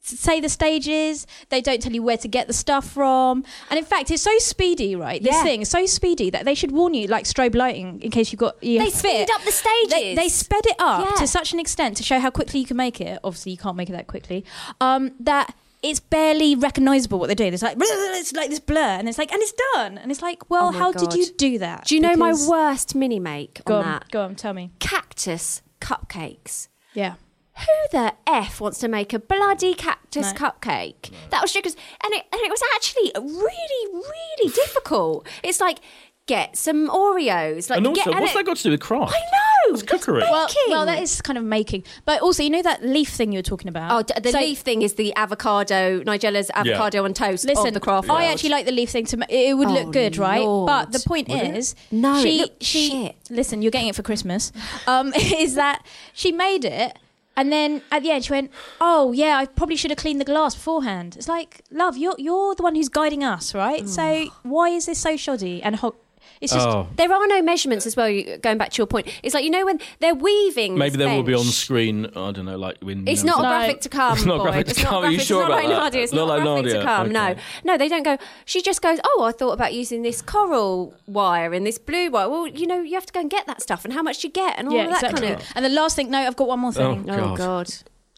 Speaker 3: say the stages. They don't tell you where to get the stuff from. And in fact, it's so speedy, right? This
Speaker 2: Yeah.
Speaker 3: thing is so speedy that they should warn you, like strobe lighting, in case you've got you
Speaker 2: They
Speaker 3: have fit.
Speaker 2: speed up the stages.
Speaker 3: They, they sped it up
Speaker 2: Yeah.
Speaker 3: to such an extent to show how quickly you can make it. Obviously, you can't make it that quickly. Um, that it's barely recognizable what they're doing. It's like [laughs] it's like this blur, and it's like and it's done, and it's like, well,
Speaker 2: Oh my
Speaker 3: how
Speaker 2: God.
Speaker 3: did you do that?
Speaker 2: Do you know
Speaker 3: Because-
Speaker 2: my worst mini make
Speaker 3: Go
Speaker 2: on
Speaker 3: on,
Speaker 2: that?
Speaker 3: go on, tell me.
Speaker 2: Cactus cupcakes.
Speaker 3: Yeah.
Speaker 2: who the f wants to make a bloody cactus
Speaker 3: No.
Speaker 2: cupcake? That was because, and it, and it was actually really,
Speaker 1: [sighs]
Speaker 2: really difficult. It's like get some Oreos, like
Speaker 1: And also,
Speaker 2: get, and
Speaker 1: what's
Speaker 2: it-
Speaker 1: that got to do with craft?
Speaker 2: I know
Speaker 1: That's cookery.
Speaker 2: that's
Speaker 1: Well-
Speaker 3: Well,
Speaker 2: baking.
Speaker 3: well, that is kind of making. But also, you know that leaf thing you were talking about.
Speaker 2: Oh, d- the
Speaker 3: So-
Speaker 2: leaf thing is the avocado, Nigella's avocado and toast
Speaker 3: Listen,
Speaker 2: of the craft.
Speaker 3: I
Speaker 2: world.
Speaker 3: actually like the leaf thing. To ma- it it would
Speaker 2: Oh,
Speaker 3: look good, right?
Speaker 2: Lord.
Speaker 3: But the point
Speaker 2: Would it?
Speaker 3: is,
Speaker 2: No, it
Speaker 3: she
Speaker 2: looked
Speaker 3: she
Speaker 2: shit.
Speaker 3: listen. You're getting it for Christmas. Um, [laughs] is that she made it, and then at the end she went, "Oh yeah, I probably should have cleaned the glass beforehand." It's like, love, you're you're the one who's guiding us, right? So why is this so shoddy and hot? It's just
Speaker 1: Oh.
Speaker 2: There are no measurements as well. you- Going back to your point, it's like you know when they're weaving.
Speaker 1: Maybe
Speaker 2: this
Speaker 1: there will be on
Speaker 2: bench.
Speaker 1: screen. I don't know, like when
Speaker 2: It's not a
Speaker 3: No.
Speaker 2: graphic to come.
Speaker 1: It's not
Speaker 2: boy.
Speaker 1: graphic to
Speaker 2: It's not
Speaker 1: come. Are you
Speaker 2: graphic-
Speaker 1: sure
Speaker 2: it's not
Speaker 1: about
Speaker 2: like
Speaker 1: that?
Speaker 2: Nadia. It's
Speaker 1: Not
Speaker 2: not,
Speaker 1: like
Speaker 2: graphic to
Speaker 1: Nadia.
Speaker 2: come. No,
Speaker 1: Okay.
Speaker 2: no, they don't go. She just goes. Oh, I thought about using this coral wire and this blue wire. Well, you know, you have to go and get that stuff and how much do you get and all
Speaker 3: yeah,
Speaker 2: of Oh, that
Speaker 3: exactly.
Speaker 2: kind of.
Speaker 3: And the last thing, no, I've got one more thing.
Speaker 1: Oh, God.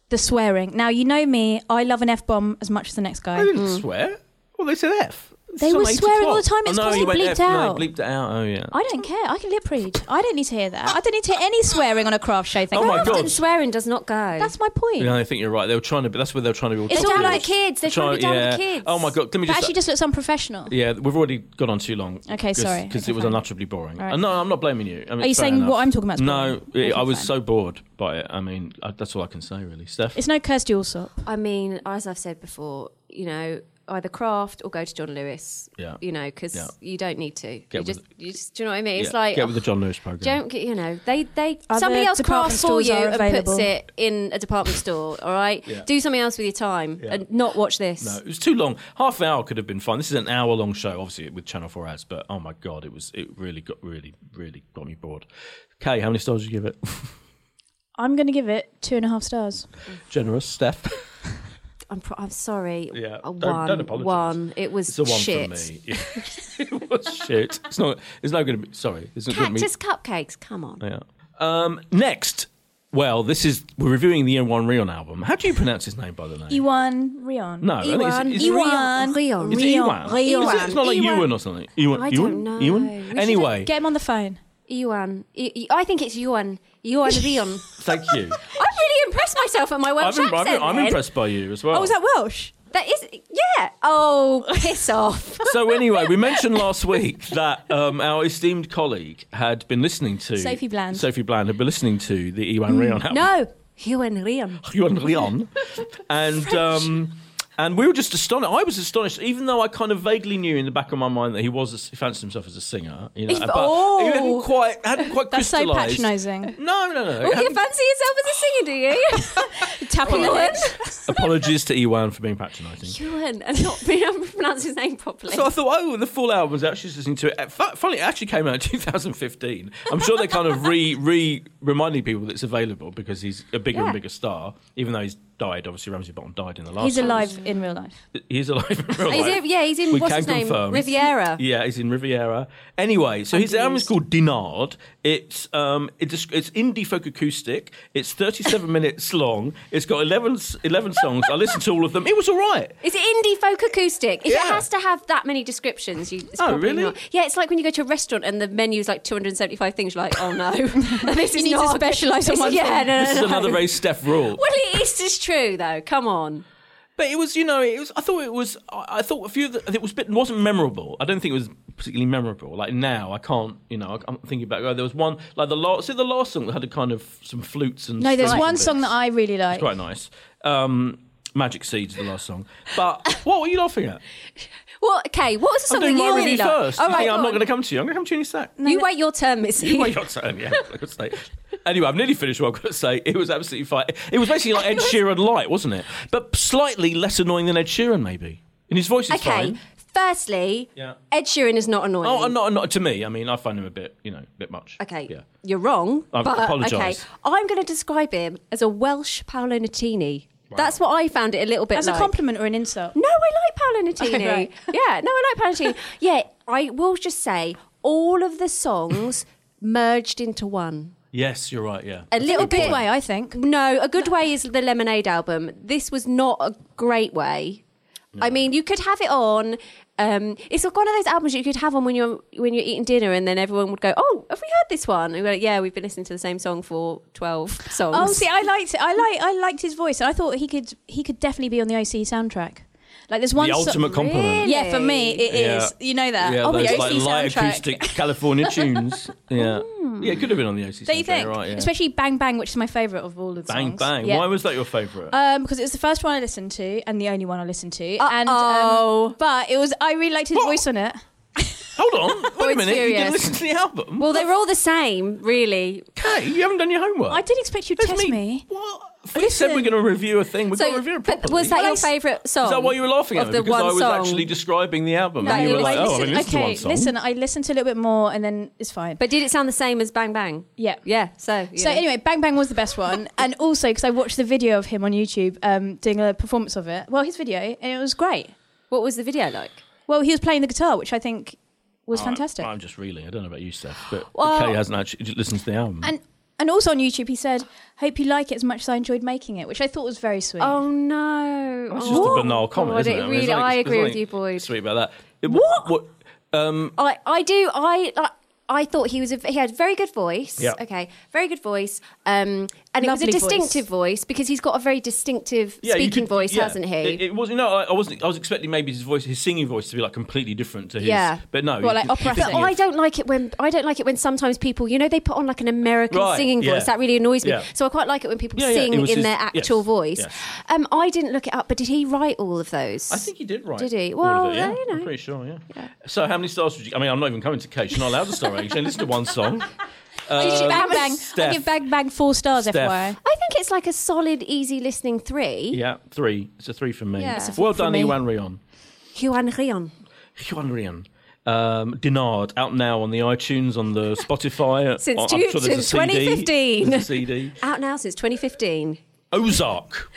Speaker 3: The swearing. Now you know me. I love an f bomb as much as the next guy.
Speaker 1: I didn't swear. Well, they said F.
Speaker 3: They
Speaker 1: Some
Speaker 3: were
Speaker 1: 80
Speaker 3: swearing all
Speaker 1: twat.
Speaker 3: the time, it's
Speaker 1: oh, no,
Speaker 3: constantly
Speaker 1: you went F,
Speaker 3: bleeped
Speaker 1: No,
Speaker 3: out.
Speaker 1: bleeped it out. Oh yeah.
Speaker 3: I don't care. I can lip read. I don't need to hear that. I don't need to hear any swearing on a craft show. Thank
Speaker 1: Oh my
Speaker 3: you.
Speaker 1: God.
Speaker 2: And swearing does not go.
Speaker 3: That's my point.
Speaker 1: Yeah, I think you're right. They were trying to. Be, that's where they were trying to be.
Speaker 3: It's
Speaker 2: They're
Speaker 1: all
Speaker 3: all
Speaker 2: down
Speaker 3: like-
Speaker 2: with the kids. They're trying to be down with the kids.
Speaker 1: Oh my god! Let me
Speaker 3: But
Speaker 1: just.
Speaker 3: actually just looks unprofessional.
Speaker 1: yeah, we've already gone on too long.
Speaker 3: Okay, sorry.
Speaker 1: Because
Speaker 3: Okay,
Speaker 1: it was
Speaker 3: fine.
Speaker 1: unutterably boring.
Speaker 3: All right.
Speaker 1: And no, I'm not blaming you. I mean,
Speaker 3: Are you
Speaker 1: fair
Speaker 3: saying
Speaker 1: enough.
Speaker 3: what I'm talking about is
Speaker 1: No,
Speaker 3: boring?
Speaker 1: it- I
Speaker 3: Okay,
Speaker 1: was
Speaker 3: fine.
Speaker 1: so bored by it. I mean, I, that's all I can say really, Steph.
Speaker 3: It's no Kirsty Allsop.
Speaker 2: I mean, as I've said before, you know, either craft or go to John Lewis.
Speaker 1: Yeah.
Speaker 2: You know, because
Speaker 1: Yeah.
Speaker 2: you don't need to. you
Speaker 1: with
Speaker 2: just,
Speaker 1: it.
Speaker 2: you just, do you know what I mean? It's
Speaker 1: Yeah,
Speaker 2: like
Speaker 1: get with the John Lewis program.
Speaker 2: Don't get you know they they
Speaker 3: Other
Speaker 2: somebody else
Speaker 3: department
Speaker 2: crafts for
Speaker 3: stores
Speaker 2: you
Speaker 3: are
Speaker 2: and
Speaker 3: available.
Speaker 2: puts it in a department store. All right,
Speaker 1: Yeah.
Speaker 2: do something else with your time
Speaker 1: Yeah.
Speaker 2: and not watch this.
Speaker 1: No, it was too long. Half an hour could have been fine. This is an hour long show, obviously with Channel Four ads. But oh my god, it was it really got really really got me bored. Kay, how many stars did you give it?
Speaker 3: I'm going to give it two and a half stars.
Speaker 1: [laughs] Generous, Steph.
Speaker 2: I'm pro- I'm sorry.
Speaker 1: Yeah,
Speaker 2: A
Speaker 1: don't-
Speaker 2: one,
Speaker 1: don't apologise.
Speaker 2: One. It was
Speaker 1: It's a one
Speaker 2: shit.
Speaker 1: for me. [laughs] it was shit. It's not. It's not going to be. Sorry, it's not going to be.
Speaker 2: Cactus cupcakes. Come on.
Speaker 1: [laughs] Yeah. Um, next, well, this is we're reviewing the Ewan Rion album. How do you pronounce his name by the
Speaker 2: E
Speaker 1: name?
Speaker 3: Ewan, Rion.
Speaker 1: No, I think it's-
Speaker 2: Ewan,
Speaker 1: it's,
Speaker 2: Ewan,
Speaker 3: Rion.
Speaker 2: Rion.
Speaker 1: Is it Ewan?
Speaker 3: Ewan.
Speaker 1: Is it- It's not like
Speaker 3: Ewan.
Speaker 1: Ewan or something. Ewan.
Speaker 2: I
Speaker 1: Ewan?
Speaker 2: don't know. We
Speaker 1: Ewan?
Speaker 2: should
Speaker 1: Anyway,
Speaker 3: Get him on the phone.
Speaker 2: Ewan. E- E- I think it's Ewan.
Speaker 1: [laughs]
Speaker 2: Ewan Rion.
Speaker 1: thank you.
Speaker 2: I really impressed myself at my
Speaker 1: I'm,
Speaker 2: Welsh
Speaker 1: I'm-
Speaker 2: accent.
Speaker 1: I'm
Speaker 2: then. Oh,
Speaker 1: impressed by you as well.
Speaker 3: Welsh?
Speaker 2: That is, yeah. Oh, piss off.
Speaker 1: so anyway, we mentioned last week that um, our esteemed colleague had been listening to
Speaker 3: Sophie Bland. Mm.
Speaker 1: Sophie Bland had been listening to the Ewan Rion album. [laughs]
Speaker 2: No, Ewan Rion.
Speaker 1: Ewan Rion, and um, and we were just astonished. I was astonished, even though I kind of vaguely knew in the back of my mind that he was he fancied himself as a singer. You know,
Speaker 2: If-
Speaker 1: but
Speaker 2: oh.
Speaker 1: he hadn't quite hadn't quite
Speaker 3: That's so
Speaker 1: crystallised.
Speaker 3: patronising.
Speaker 1: No, no, no.
Speaker 2: Oh, you fancy yourself as a singer, do you?
Speaker 3: Tapping
Speaker 1: [laughs]
Speaker 3: the head.
Speaker 1: Apologies to Ewan for being patronising.
Speaker 2: [laughs] Ewan, and not being able to [laughs] pronounce his name properly.
Speaker 1: So I thought, oh, the full album was actually listening to it. Uh, fu- Funny, it actually came out in [laughs] 2015. I'm sure they're kind of re re reminding people that it's available because he's a bigger
Speaker 2: Yeah.
Speaker 1: and bigger star, even though he's died. Obviously, Ramsey Bolton died in the last.
Speaker 3: He's alive in real life.
Speaker 1: He's alive. In real
Speaker 2: He's
Speaker 1: life.
Speaker 2: in- yeah, he's in
Speaker 1: We
Speaker 2: what's
Speaker 1: can
Speaker 2: his name?
Speaker 1: confirm.
Speaker 2: Riviera.
Speaker 1: Yeah, he's in Riviera. Anyway, so his album is called Dinard. It's um, it's it's indie folk acoustic. It's 37 minutes long. It's got 11, s- 11 songs. I listened to all of them. It was all right.
Speaker 2: It's indie folk acoustic. If it
Speaker 1: Yeah.
Speaker 2: has to have that many descriptions, you, it's
Speaker 1: Oh,
Speaker 2: probably
Speaker 1: really?
Speaker 2: Not. Yeah, it's like when you go to a restaurant and the menu's like 275 things. You're like,
Speaker 1: [laughs]
Speaker 2: oh no, this is
Speaker 3: need to
Speaker 2: not
Speaker 3: specialise on
Speaker 2: this-
Speaker 3: one
Speaker 2: Yeah,
Speaker 3: thing.
Speaker 2: no, no, [laughs]
Speaker 1: This is
Speaker 2: no.
Speaker 1: another race Steph rule.
Speaker 2: Well, it is just true though. Come on.
Speaker 1: But it was, you know, it was. I thought it was. I I thought a few. Of the, it was bit wasn't memorable. I don't think it was particularly memorable. Like now, I can't. You know, I'm thinking back. Oh, there was one like the last. See, the last song that had a kind of some flutes and.
Speaker 3: No, there's
Speaker 1: strings
Speaker 3: one
Speaker 1: and
Speaker 3: song
Speaker 1: bits.
Speaker 3: that I really like.
Speaker 1: It's quite nice. Um, Magic Seeds, the last song. But [laughs] what were you laughing at?
Speaker 2: Well, okay. What was the
Speaker 1: I'm
Speaker 2: song that
Speaker 1: doing my
Speaker 2: you really
Speaker 1: review
Speaker 2: liked?
Speaker 1: first.
Speaker 2: All
Speaker 1: you
Speaker 2: right,
Speaker 1: think
Speaker 2: go
Speaker 1: I'm not
Speaker 2: on.
Speaker 1: going to come to you. I'm going to come to you in a
Speaker 2: [laughs]
Speaker 1: sec.
Speaker 2: You wait your turn, Missy.
Speaker 1: You wait your turn, yeah. I've got to say. Anyway, I've nearly finished what I've got to say. It was absolutely fine. It was basically
Speaker 2: [laughs]
Speaker 1: like Ed Sheeran light, wasn't it? But slightly less annoying than Ed Sheeran, maybe. And his voice is
Speaker 2: okay.
Speaker 1: fine.
Speaker 2: Firstly,
Speaker 1: Yeah.
Speaker 2: Ed Sheeran is not annoying.
Speaker 1: Oh, not not to me. I mean, I find him a bit, you know, a bit much.
Speaker 2: Okay,
Speaker 1: Yeah.
Speaker 2: you're wrong.
Speaker 1: I
Speaker 2: but,
Speaker 1: apologise.
Speaker 2: Okay, I'm going to describe him as a Welsh Paolo Nutini. That's what I found it a little bit
Speaker 3: As
Speaker 2: like.
Speaker 3: a compliment or an insult?
Speaker 2: No, I like Paolo Nutini.
Speaker 3: Right.
Speaker 2: [laughs] Yeah, no, I like Paolo Nutini. Yeah, I will just say all of the songs merged into one.
Speaker 1: Yes, you're right. Yeah.
Speaker 2: A little
Speaker 3: Good
Speaker 2: bit.
Speaker 3: way, I think.
Speaker 2: No, a good way is the Lemonade album. This was not a great way. I mean, you could have it on. Um, it's like one of those albums you could have on when you're when you're eating dinner, and then everyone would go, "Oh, have we heard this one?" And we go, "Yeah, we've been listening to the same song for twelve songs."
Speaker 3: Oh, see, I liked it. I like, I liked his voice, and I thought he could, he could definitely be on the OC soundtrack. Like there's one
Speaker 1: the
Speaker 3: so-
Speaker 1: ultimate compliment.
Speaker 3: Yeah, for me, it is. You know that. Oh,
Speaker 1: Yeah,
Speaker 3: on
Speaker 1: those
Speaker 3: the OC
Speaker 1: like light
Speaker 3: soundtrack. [laughs]
Speaker 1: acoustic California tunes. Yeah, yeah, it could have been on the OC.
Speaker 3: Don't you
Speaker 1: soundtrack,
Speaker 3: think?
Speaker 1: Right, yeah.
Speaker 3: Especially Bang Bang, which is my favourite of all of the
Speaker 1: bang
Speaker 3: songs.
Speaker 1: bang.
Speaker 3: Yeah.
Speaker 1: Why was that your favourite?
Speaker 3: Um, because it was the first one I listened to and the only one I listened to. And
Speaker 2: Uh-oh.
Speaker 3: um, but it was I really liked his
Speaker 1: What?
Speaker 3: voice on it.
Speaker 1: Hold on, wait a
Speaker 2: Boyd's
Speaker 1: minute. You
Speaker 2: furious.
Speaker 1: didn't listen to the album.
Speaker 2: well, they're all the same, really.
Speaker 1: okay, you haven't done your homework.
Speaker 3: I didn't expect you'd
Speaker 1: That's
Speaker 3: test me.
Speaker 1: What? We said we're going to review a thing. We're going to review it
Speaker 2: but
Speaker 1: properly.
Speaker 2: was that your
Speaker 3: Nice.
Speaker 2: favourite song?
Speaker 1: Is that why you were laughing at
Speaker 2: of
Speaker 1: me?
Speaker 2: the
Speaker 1: Because
Speaker 2: one
Speaker 1: I was
Speaker 2: song?
Speaker 1: actually describing the album,
Speaker 2: No,
Speaker 1: and you were
Speaker 2: I
Speaker 1: like, "Oh, I
Speaker 3: listened-
Speaker 1: mean, listen to
Speaker 3: okay,
Speaker 1: one song."
Speaker 3: listen, I listened to a little bit more and then it's fine.
Speaker 2: But did it sound the same as Bang Bang?
Speaker 3: yeah.
Speaker 2: Yeah. So you
Speaker 3: So
Speaker 2: know.
Speaker 3: anyway, Bang Bang was the best one, and also because I watched the video of him on YouTube um, doing a performance of it. Well, his video, and it was great.
Speaker 2: what was the video like?
Speaker 3: Well, he was playing the guitar, which I think was fantastic.
Speaker 1: Oh, I'm just reeling. I don't know about you, Steph,
Speaker 2: [gasps]
Speaker 1: but
Speaker 3: Well-
Speaker 1: Kay hasn't actually listened to the album.
Speaker 3: And and also on YouTube, he said, "Hope you like it as much as I enjoyed making it," which I thought was very sweet.
Speaker 2: Oh no!
Speaker 1: That's just a banal comment,
Speaker 2: Oh, I
Speaker 1: isn't
Speaker 2: don't
Speaker 1: it? I mean,
Speaker 2: really,
Speaker 1: there's nothing-
Speaker 2: I
Speaker 1: there's
Speaker 2: agree with
Speaker 1: nothing
Speaker 2: you, Boyd.
Speaker 1: Sweet about that. It-
Speaker 2: What?
Speaker 1: what um,
Speaker 2: I, I do. I like. I thought he was a, he had very good voice.
Speaker 1: Yeah.
Speaker 2: Okay, very good voice. Um, and it was a
Speaker 3: Lovely voice.
Speaker 2: distinctive voice. because he's got a very distinctive
Speaker 1: yeah, you
Speaker 2: speaking
Speaker 1: could-
Speaker 2: voice,
Speaker 1: yeah.
Speaker 2: hasn't he?
Speaker 1: It, it was you know I, I wasn't. I was expecting maybe his voice, his singing voice, to be like completely different to his.
Speaker 2: Yeah.
Speaker 1: But no.
Speaker 3: Well, like
Speaker 1: you- you're
Speaker 3: operatic.
Speaker 2: but
Speaker 1: thinking
Speaker 2: I
Speaker 1: of-
Speaker 2: don't like it when I don't like it when sometimes people, you know, they put on like an American
Speaker 1: Right,
Speaker 2: singing
Speaker 1: yeah.
Speaker 2: voice. That really annoys me.
Speaker 1: Yeah.
Speaker 2: So I quite like it when people
Speaker 1: Yeah, yeah,
Speaker 2: sing
Speaker 1: it
Speaker 2: in
Speaker 1: was his-
Speaker 2: their actual
Speaker 1: yes,
Speaker 2: voice.
Speaker 1: yes.
Speaker 2: Um, I didn't look it up, but did he write all of those?
Speaker 1: I think he did write.
Speaker 2: Did he?
Speaker 1: all of
Speaker 2: Well,
Speaker 1: it, yeah.
Speaker 2: there you
Speaker 1: I'm
Speaker 2: know.
Speaker 1: pretty sure. Yeah. So how many stars would you? I mean, I'm not even coming to Kate. She's not allowed to star rating. She only listened to one
Speaker 2: [laughs]
Speaker 1: song.
Speaker 3: I give
Speaker 1: Um,
Speaker 3: Bang Bang, I
Speaker 1: Steph.
Speaker 3: give Bang Bang four stars,
Speaker 1: Steph.
Speaker 3: FYI.
Speaker 2: I think it's like a solid, easy listening three.
Speaker 1: Yeah, three. It's a three from me.
Speaker 2: Yeah. It's a
Speaker 1: Well
Speaker 3: three
Speaker 1: done,
Speaker 3: from me.
Speaker 1: Iwan Rion.
Speaker 2: Juan Rion.
Speaker 1: Iwan Rion. Um, Dinard out now on the iTunes, on
Speaker 2: [laughs]
Speaker 1: the Spotify. uh,
Speaker 2: Since
Speaker 1: I'm
Speaker 2: two-
Speaker 1: sure there's a
Speaker 2: since
Speaker 1: CD.
Speaker 2: 2015.
Speaker 1: There's a CD.
Speaker 2: Out now since 2015.
Speaker 1: Ozark,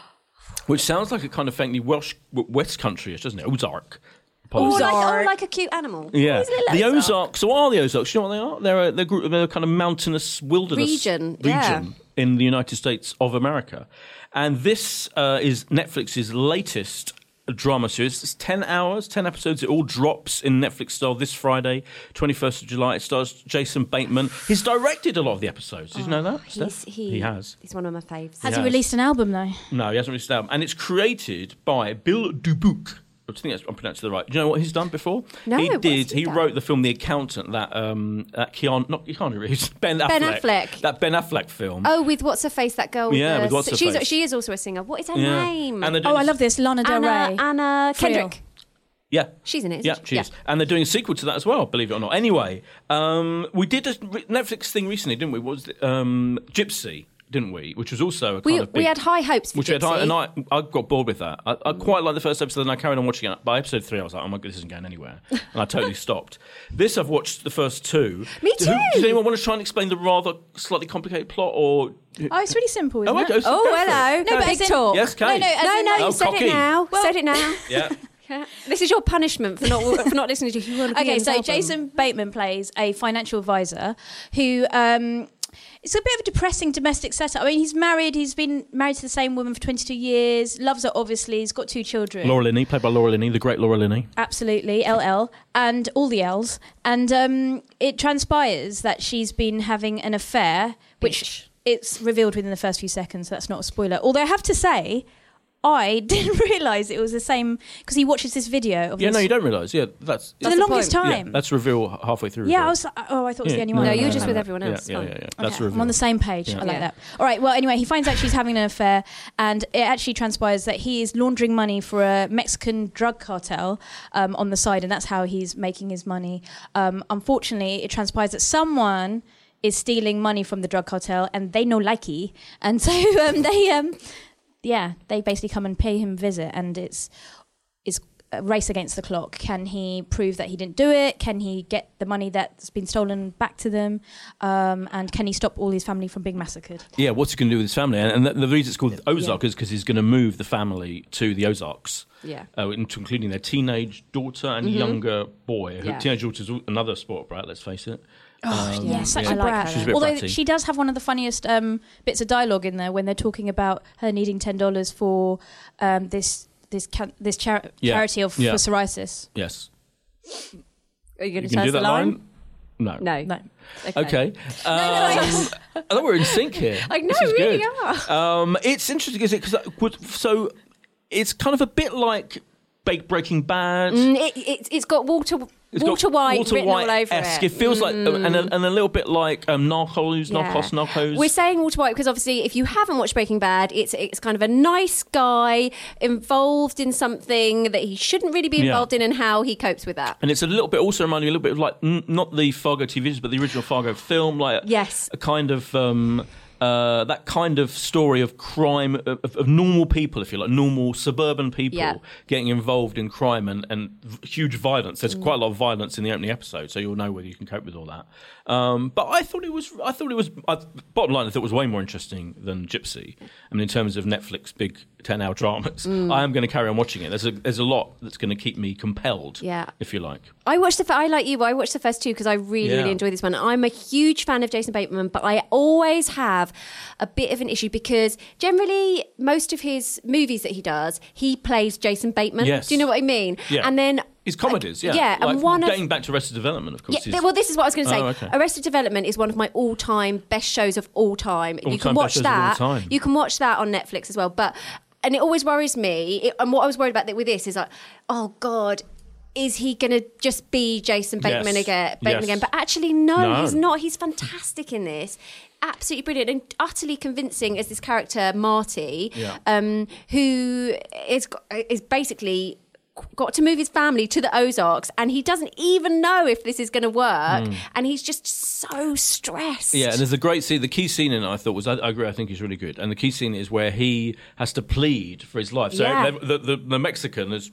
Speaker 2: [gasps]
Speaker 1: which sounds like a kind of faintly Welsh w- West Countryish, doesn't it? Ozark.
Speaker 2: Or
Speaker 1: Apologies.
Speaker 2: like, or
Speaker 3: Ozark.
Speaker 2: like a cute animal.
Speaker 1: Yeah,
Speaker 2: Isn't it
Speaker 1: the
Speaker 2: Ozark?
Speaker 1: Ozarks. So what are the Ozarks? You know what they are? They're a, they're a group of a kind of mountainous wilderness
Speaker 2: Region,
Speaker 1: region
Speaker 2: yeah.
Speaker 1: in the United States of America, and this uh, is Netflix's latest drama series. It's ten hours, ten episodes. It all drops in Netflix style this Friday, twenty first of July. It stars Jason Bateman. He's directed a lot of the episodes. Did you know that?
Speaker 2: Oh, He's,
Speaker 1: Steph?
Speaker 2: he,
Speaker 1: he has.
Speaker 2: He's one of my faves.
Speaker 3: Has
Speaker 1: Yes.
Speaker 3: he released an album though?
Speaker 1: No, he hasn't released an album. And it's created by Bill Dubuc. I think that's, I'm pronouncing it right. Do you know what he's done before?
Speaker 2: No,
Speaker 1: he
Speaker 2: what's
Speaker 1: did.
Speaker 2: he
Speaker 1: He,
Speaker 2: done?
Speaker 1: wrote the film The Accountant that um that Keanu not Keanu Reeves [laughs] Ben Affleck
Speaker 2: Ben Affleck.
Speaker 1: that Ben Affleck film.
Speaker 2: Oh, with what's her face? That girl.
Speaker 1: Yeah,
Speaker 2: the-
Speaker 1: with what's her
Speaker 2: she's,
Speaker 1: face.
Speaker 2: She is also a singer. What is her
Speaker 1: Yeah.
Speaker 2: name?
Speaker 1: And they're doing
Speaker 3: Oh, I
Speaker 1: a-
Speaker 3: love this. Lana Del
Speaker 2: Anna,
Speaker 3: Rey.
Speaker 2: Anna
Speaker 3: Friel.
Speaker 2: Kendrick.
Speaker 1: Yeah,
Speaker 2: She's in it, isn't
Speaker 1: yeah,
Speaker 2: she?
Speaker 1: she is.
Speaker 2: Yeah.
Speaker 1: And they're doing a sequel to that as well. Believe it or not. Anyway, um, we did a re- Netflix thing recently, didn't we? What was the, um Gypsy? Didn't we? Which was also a kind
Speaker 2: We,
Speaker 1: of
Speaker 2: we
Speaker 1: big-
Speaker 2: had high hopes for
Speaker 1: Which
Speaker 2: Gypsy.
Speaker 1: had, and I, I got bored with that. I, I quite liked the first episode, and I carried on watching it. By episode three, I was like, "Oh my god, this isn't going anywhere," and I
Speaker 2: [laughs]
Speaker 1: totally stopped. This I've watched the first two.
Speaker 2: Me
Speaker 1: Do-
Speaker 2: too.
Speaker 1: does anyone want to try and explain the rather slightly complicated plot? Or
Speaker 2: Uh,
Speaker 3: Oh, it's really simple. Isn't
Speaker 1: Oh,
Speaker 3: it?
Speaker 1: okay, so
Speaker 2: Oh,
Speaker 1: go for
Speaker 2: hello.
Speaker 1: it.
Speaker 2: No,
Speaker 1: Go
Speaker 2: but
Speaker 1: for
Speaker 2: as
Speaker 1: it.
Speaker 2: in- No,
Speaker 1: yes, Kate.
Speaker 3: no, as
Speaker 2: no,
Speaker 3: in-
Speaker 2: no, you
Speaker 1: Oh,
Speaker 2: said
Speaker 1: cocky.
Speaker 2: it now.
Speaker 3: Well-
Speaker 2: said it now.
Speaker 1: Yeah,
Speaker 2: [laughs] This is your punishment for not for not listening to Human
Speaker 3: Okay, so Jason Bateman plays a financial advisor who. Um, it's a bit of a depressing domestic setup. I mean, he's married. He's been married to the same woman for 22 years. Loves her, obviously. He's got two children.
Speaker 1: Laura Linney, played by Laura Linney, the great Laura Linney.
Speaker 3: Absolutely, LL, and all the L's. And um, it transpires that she's been having an affair, which
Speaker 2: Bitch.
Speaker 3: it's revealed within the first few seconds. So that's not a spoiler. Although I have to say, I [laughs] didn't realise it was the same because he watches this video of
Speaker 1: Yeah,
Speaker 3: this
Speaker 1: no, you don't realise. Yeah, that's
Speaker 3: for
Speaker 2: That's
Speaker 3: the
Speaker 2: the
Speaker 3: longest
Speaker 2: point.
Speaker 1: yeah,
Speaker 3: time.
Speaker 1: that's reveal halfway through.
Speaker 3: Yeah,
Speaker 1: reveal.
Speaker 3: I was like, oh, I thought it was the only one.
Speaker 2: No, you were just with everyone else,
Speaker 1: Yeah, yeah,
Speaker 2: fine.
Speaker 1: yeah. yeah. That's
Speaker 3: Okay,
Speaker 1: reveal.
Speaker 3: I'm on the same page. I like
Speaker 2: Yeah.
Speaker 3: that. All right. Well, anyway, he finds out she's having an affair, and it actually transpires that he is laundering money for a Mexican drug cartel um, on the side, and that's how he's making his money. Um, unfortunately, it transpires that someone is stealing money from the drug cartel, and they know likey, and so [laughs] um, they, um, yeah, they basically come and pay him a visit, and it's it's uh, race against the clock? Can he prove that he didn't do it? Can he get the money that's been stolen back to them? Um, and can he stop all his family from being massacred?
Speaker 1: Yeah, what's he going to do with his family? And, and the, the reason it's called Ozark is because he's going to move the family to the Ozarks.
Speaker 2: Yeah.
Speaker 1: Uh, into- including their teenage daughter and younger boy. Her
Speaker 2: Mm-hmm. Yeah.
Speaker 1: teenage daughter is another sport brat, let's face it.
Speaker 3: Oh,
Speaker 1: Um,
Speaker 3: yeah, such
Speaker 1: yeah.
Speaker 3: a brat.
Speaker 1: She's a bit
Speaker 3: Although
Speaker 1: bratty.
Speaker 3: she does have one of the funniest um, bits of dialogue in there when they're talking about her needing ten dollars for um, this this can- this chari-
Speaker 1: Yeah.
Speaker 3: charity of,
Speaker 1: Yeah.
Speaker 3: for psoriasis.
Speaker 1: Yes.
Speaker 2: Are you going
Speaker 1: You
Speaker 2: to
Speaker 1: can
Speaker 2: tell
Speaker 1: do
Speaker 2: us
Speaker 1: that
Speaker 2: the line?
Speaker 1: No.
Speaker 2: No.
Speaker 3: No.
Speaker 1: Okay. Um, I thought we were in sync here.
Speaker 2: [laughs] I know,
Speaker 1: This is
Speaker 2: we really
Speaker 1: good.
Speaker 2: are.
Speaker 1: Um, it's interesting, is it? Because so it's kind of a bit like Bake Breaking Bad.
Speaker 2: Mm, It, it, it's got Walter,
Speaker 1: It's got
Speaker 2: Walter White
Speaker 1: Walter
Speaker 2: written all over
Speaker 1: White-esque.
Speaker 2: it. Mm.
Speaker 1: feels like, and a, and a little bit like um, Narcos,
Speaker 2: Yeah.
Speaker 1: Narcos, Narcos.
Speaker 2: We're saying Walter White because obviously, if you haven't watched Breaking Bad, it's it's kind of a nice guy involved in something that he shouldn't really be
Speaker 1: Yeah.
Speaker 2: involved in, and how he copes with that.
Speaker 1: and it's a little bit also reminding me a little bit of like n- not the Fargo TV shows, but the original Fargo film, like
Speaker 2: Yes.
Speaker 1: a kind of um, uh, that kind of story of crime of, of normal people, if you like, normal suburban people
Speaker 2: Yeah.
Speaker 1: getting involved in crime and, and v- huge violence.
Speaker 2: Mm.
Speaker 1: There's quite a lot of violence in the opening episode, so you'll know whether you can cope with all that. Um, but I thought it was, I thought it was. I, bottom line, I thought it was way more interesting than Gypsy. I mean, in terms of Netflix big ten-hour dramas,
Speaker 2: Mm.
Speaker 1: I am going to carry on watching it. There's a there's a lot that's going to keep me compelled,
Speaker 2: Yeah.
Speaker 1: if you like.
Speaker 2: I watched the. fir- I like you. I watched the first two because I really,
Speaker 1: Yeah.
Speaker 2: really enjoy this one. I'm a huge fan of Jason Bateman, but I always have a bit of an issue because generally most of his movies that he does, he plays Jason Bateman.
Speaker 1: Yes.
Speaker 2: Do you know what I mean?
Speaker 1: Yeah.
Speaker 2: And then
Speaker 1: His comedies, yeah,
Speaker 2: Uh, yeah, and
Speaker 1: Like,
Speaker 2: one of-
Speaker 1: dating back to Arrested Development, of course.
Speaker 2: Yeah,
Speaker 1: is-
Speaker 2: th- well, this is what I was going to say.
Speaker 1: Oh, okay.
Speaker 2: Arrested Development is one of my all-time best shows of all time. you
Speaker 1: All-time
Speaker 2: can
Speaker 1: best
Speaker 2: watch
Speaker 1: shows of all
Speaker 2: that.
Speaker 1: time.
Speaker 2: You can watch that on Netflix as well. But and it always worries me. It, and what I was worried about th- with this is like, oh God. Is he going to just be Jason Bateman
Speaker 1: Yes.
Speaker 2: again? Bateman
Speaker 1: Yes.
Speaker 2: again, but actually, no,
Speaker 1: No.
Speaker 2: he's not. He's fantastic in this, absolutely brilliant and utterly convincing as this character Marty,
Speaker 1: Yeah.
Speaker 2: um, who is is basically got to move his family to the Ozarks, and he doesn't even know if this is going to work, and he's just so stressed.
Speaker 1: Hmm. Yeah, and there's a great scene. The key scene in it, I thought, was I, I agree. I think is really good. And the key scene is where he has to plead for his life. So
Speaker 2: Yeah.
Speaker 1: the, the the Mexican is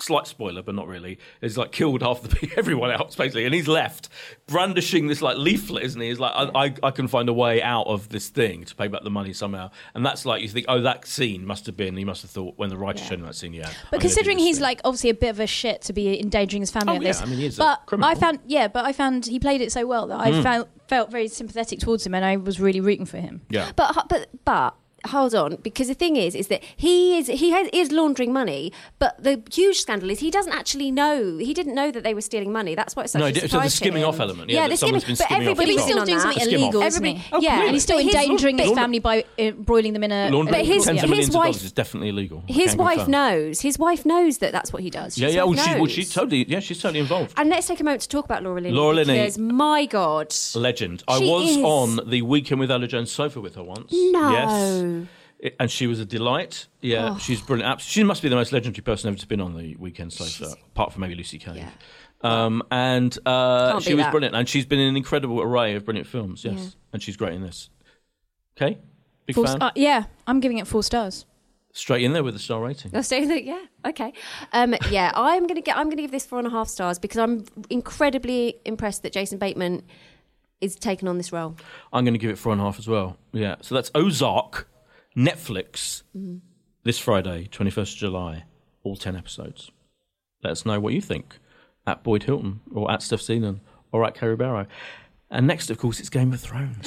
Speaker 1: slight spoiler, but not really. Is like killed half the [laughs] pe- everyone else basically, and he's left brandishing this like leaflet, isn't he? He's like, I, I I can find a way out of this thing to pay back the money somehow. And that's like you think, oh, that scene must have been. He must have thought when the writer showed him that scene, yeah.
Speaker 3: But
Speaker 1: I'm gonna do
Speaker 3: considering
Speaker 1: this
Speaker 3: he's
Speaker 1: thing.
Speaker 3: like obviously a bit of a shit to be endangering his family
Speaker 1: Oh,
Speaker 3: on
Speaker 1: yeah,
Speaker 3: this.
Speaker 1: I mean, he is a
Speaker 3: but
Speaker 1: criminal. Hmm.
Speaker 3: I found yeah, but I found he played it so well that I felt felt very sympathetic towards him and I was really rooting for him.
Speaker 1: yeah,
Speaker 2: But but but hold on, because the thing is, is that he is he has, is laundering money, but the huge scandal is he doesn't actually know. He didn't know that they were stealing money. That's why it's such
Speaker 1: No,
Speaker 2: a
Speaker 1: he didn't-
Speaker 2: surprise.
Speaker 1: so the
Speaker 2: to
Speaker 1: skimming
Speaker 2: him.
Speaker 1: off element, yeah,
Speaker 2: yeah
Speaker 1: that
Speaker 2: the
Speaker 1: somene's
Speaker 2: skimming.
Speaker 1: been
Speaker 2: But
Speaker 1: skimming off
Speaker 2: everybody's
Speaker 1: the
Speaker 2: still doing
Speaker 3: But he's still doing something
Speaker 1: Skim off.
Speaker 3: illegal, isn't
Speaker 2: Everybody-
Speaker 3: he?
Speaker 2: Oh,
Speaker 3: yeah, and he's still
Speaker 2: brilliant. But his-
Speaker 3: endangering his
Speaker 2: but-
Speaker 3: family by embroiling them in a.
Speaker 1: laundering
Speaker 2: Uh, But his-
Speaker 1: tens of
Speaker 2: his
Speaker 1: millions of dollars
Speaker 2: wife-
Speaker 1: is definitely illegal. I
Speaker 2: His
Speaker 1: can
Speaker 2: wife
Speaker 1: confirm.
Speaker 2: knows. His wife knows that that's what he does.
Speaker 1: Yeah,
Speaker 2: His
Speaker 1: yeah. Well,
Speaker 2: wife
Speaker 1: she, well,
Speaker 2: knows.
Speaker 1: she's totally, yeah, she's totally involved.
Speaker 2: And let's take a moment to talk about Laura Linney.
Speaker 1: Laura Linney.
Speaker 2: Because my God.
Speaker 1: Legend. I
Speaker 2: She
Speaker 1: was
Speaker 2: is.
Speaker 1: on the Weekend with Ella Jones sofa with her once.
Speaker 2: No. Oh.
Speaker 1: Yes. It- and she was a delight. Yeah, she's brilliant. Abs- She must be the most legendary person ever to been on the Weekend sofa, apart from maybe Lucy Cave.
Speaker 2: Yeah.
Speaker 1: Um, and uh,
Speaker 2: Can't
Speaker 1: she
Speaker 2: be
Speaker 1: was
Speaker 2: that.
Speaker 1: brilliant. And she's been in an incredible array of brilliant films. Yes. And she's great in this. Okay. Big
Speaker 3: Four,
Speaker 1: fan.
Speaker 3: uh, yeah, I'm giving it four stars.
Speaker 1: Straight in there with a star rating.
Speaker 2: I'll say that. Yeah. Okay. Um, yeah. I'm gonna get. I'm gonna give this four and a half stars because I'm incredibly impressed that Jason Bateman is taking on this role.
Speaker 1: I'm going to give it four and a half as well. Yeah. So that's Ozark, Netflix,
Speaker 2: Mm.
Speaker 1: this Friday, 21st of July, all 10 episodes. Let us know what you think at Boyd Hilton or at Steph Zenon or at Kerry Barrow. And next, of course, it's Game of
Speaker 2: [gasps]
Speaker 1: Thrones.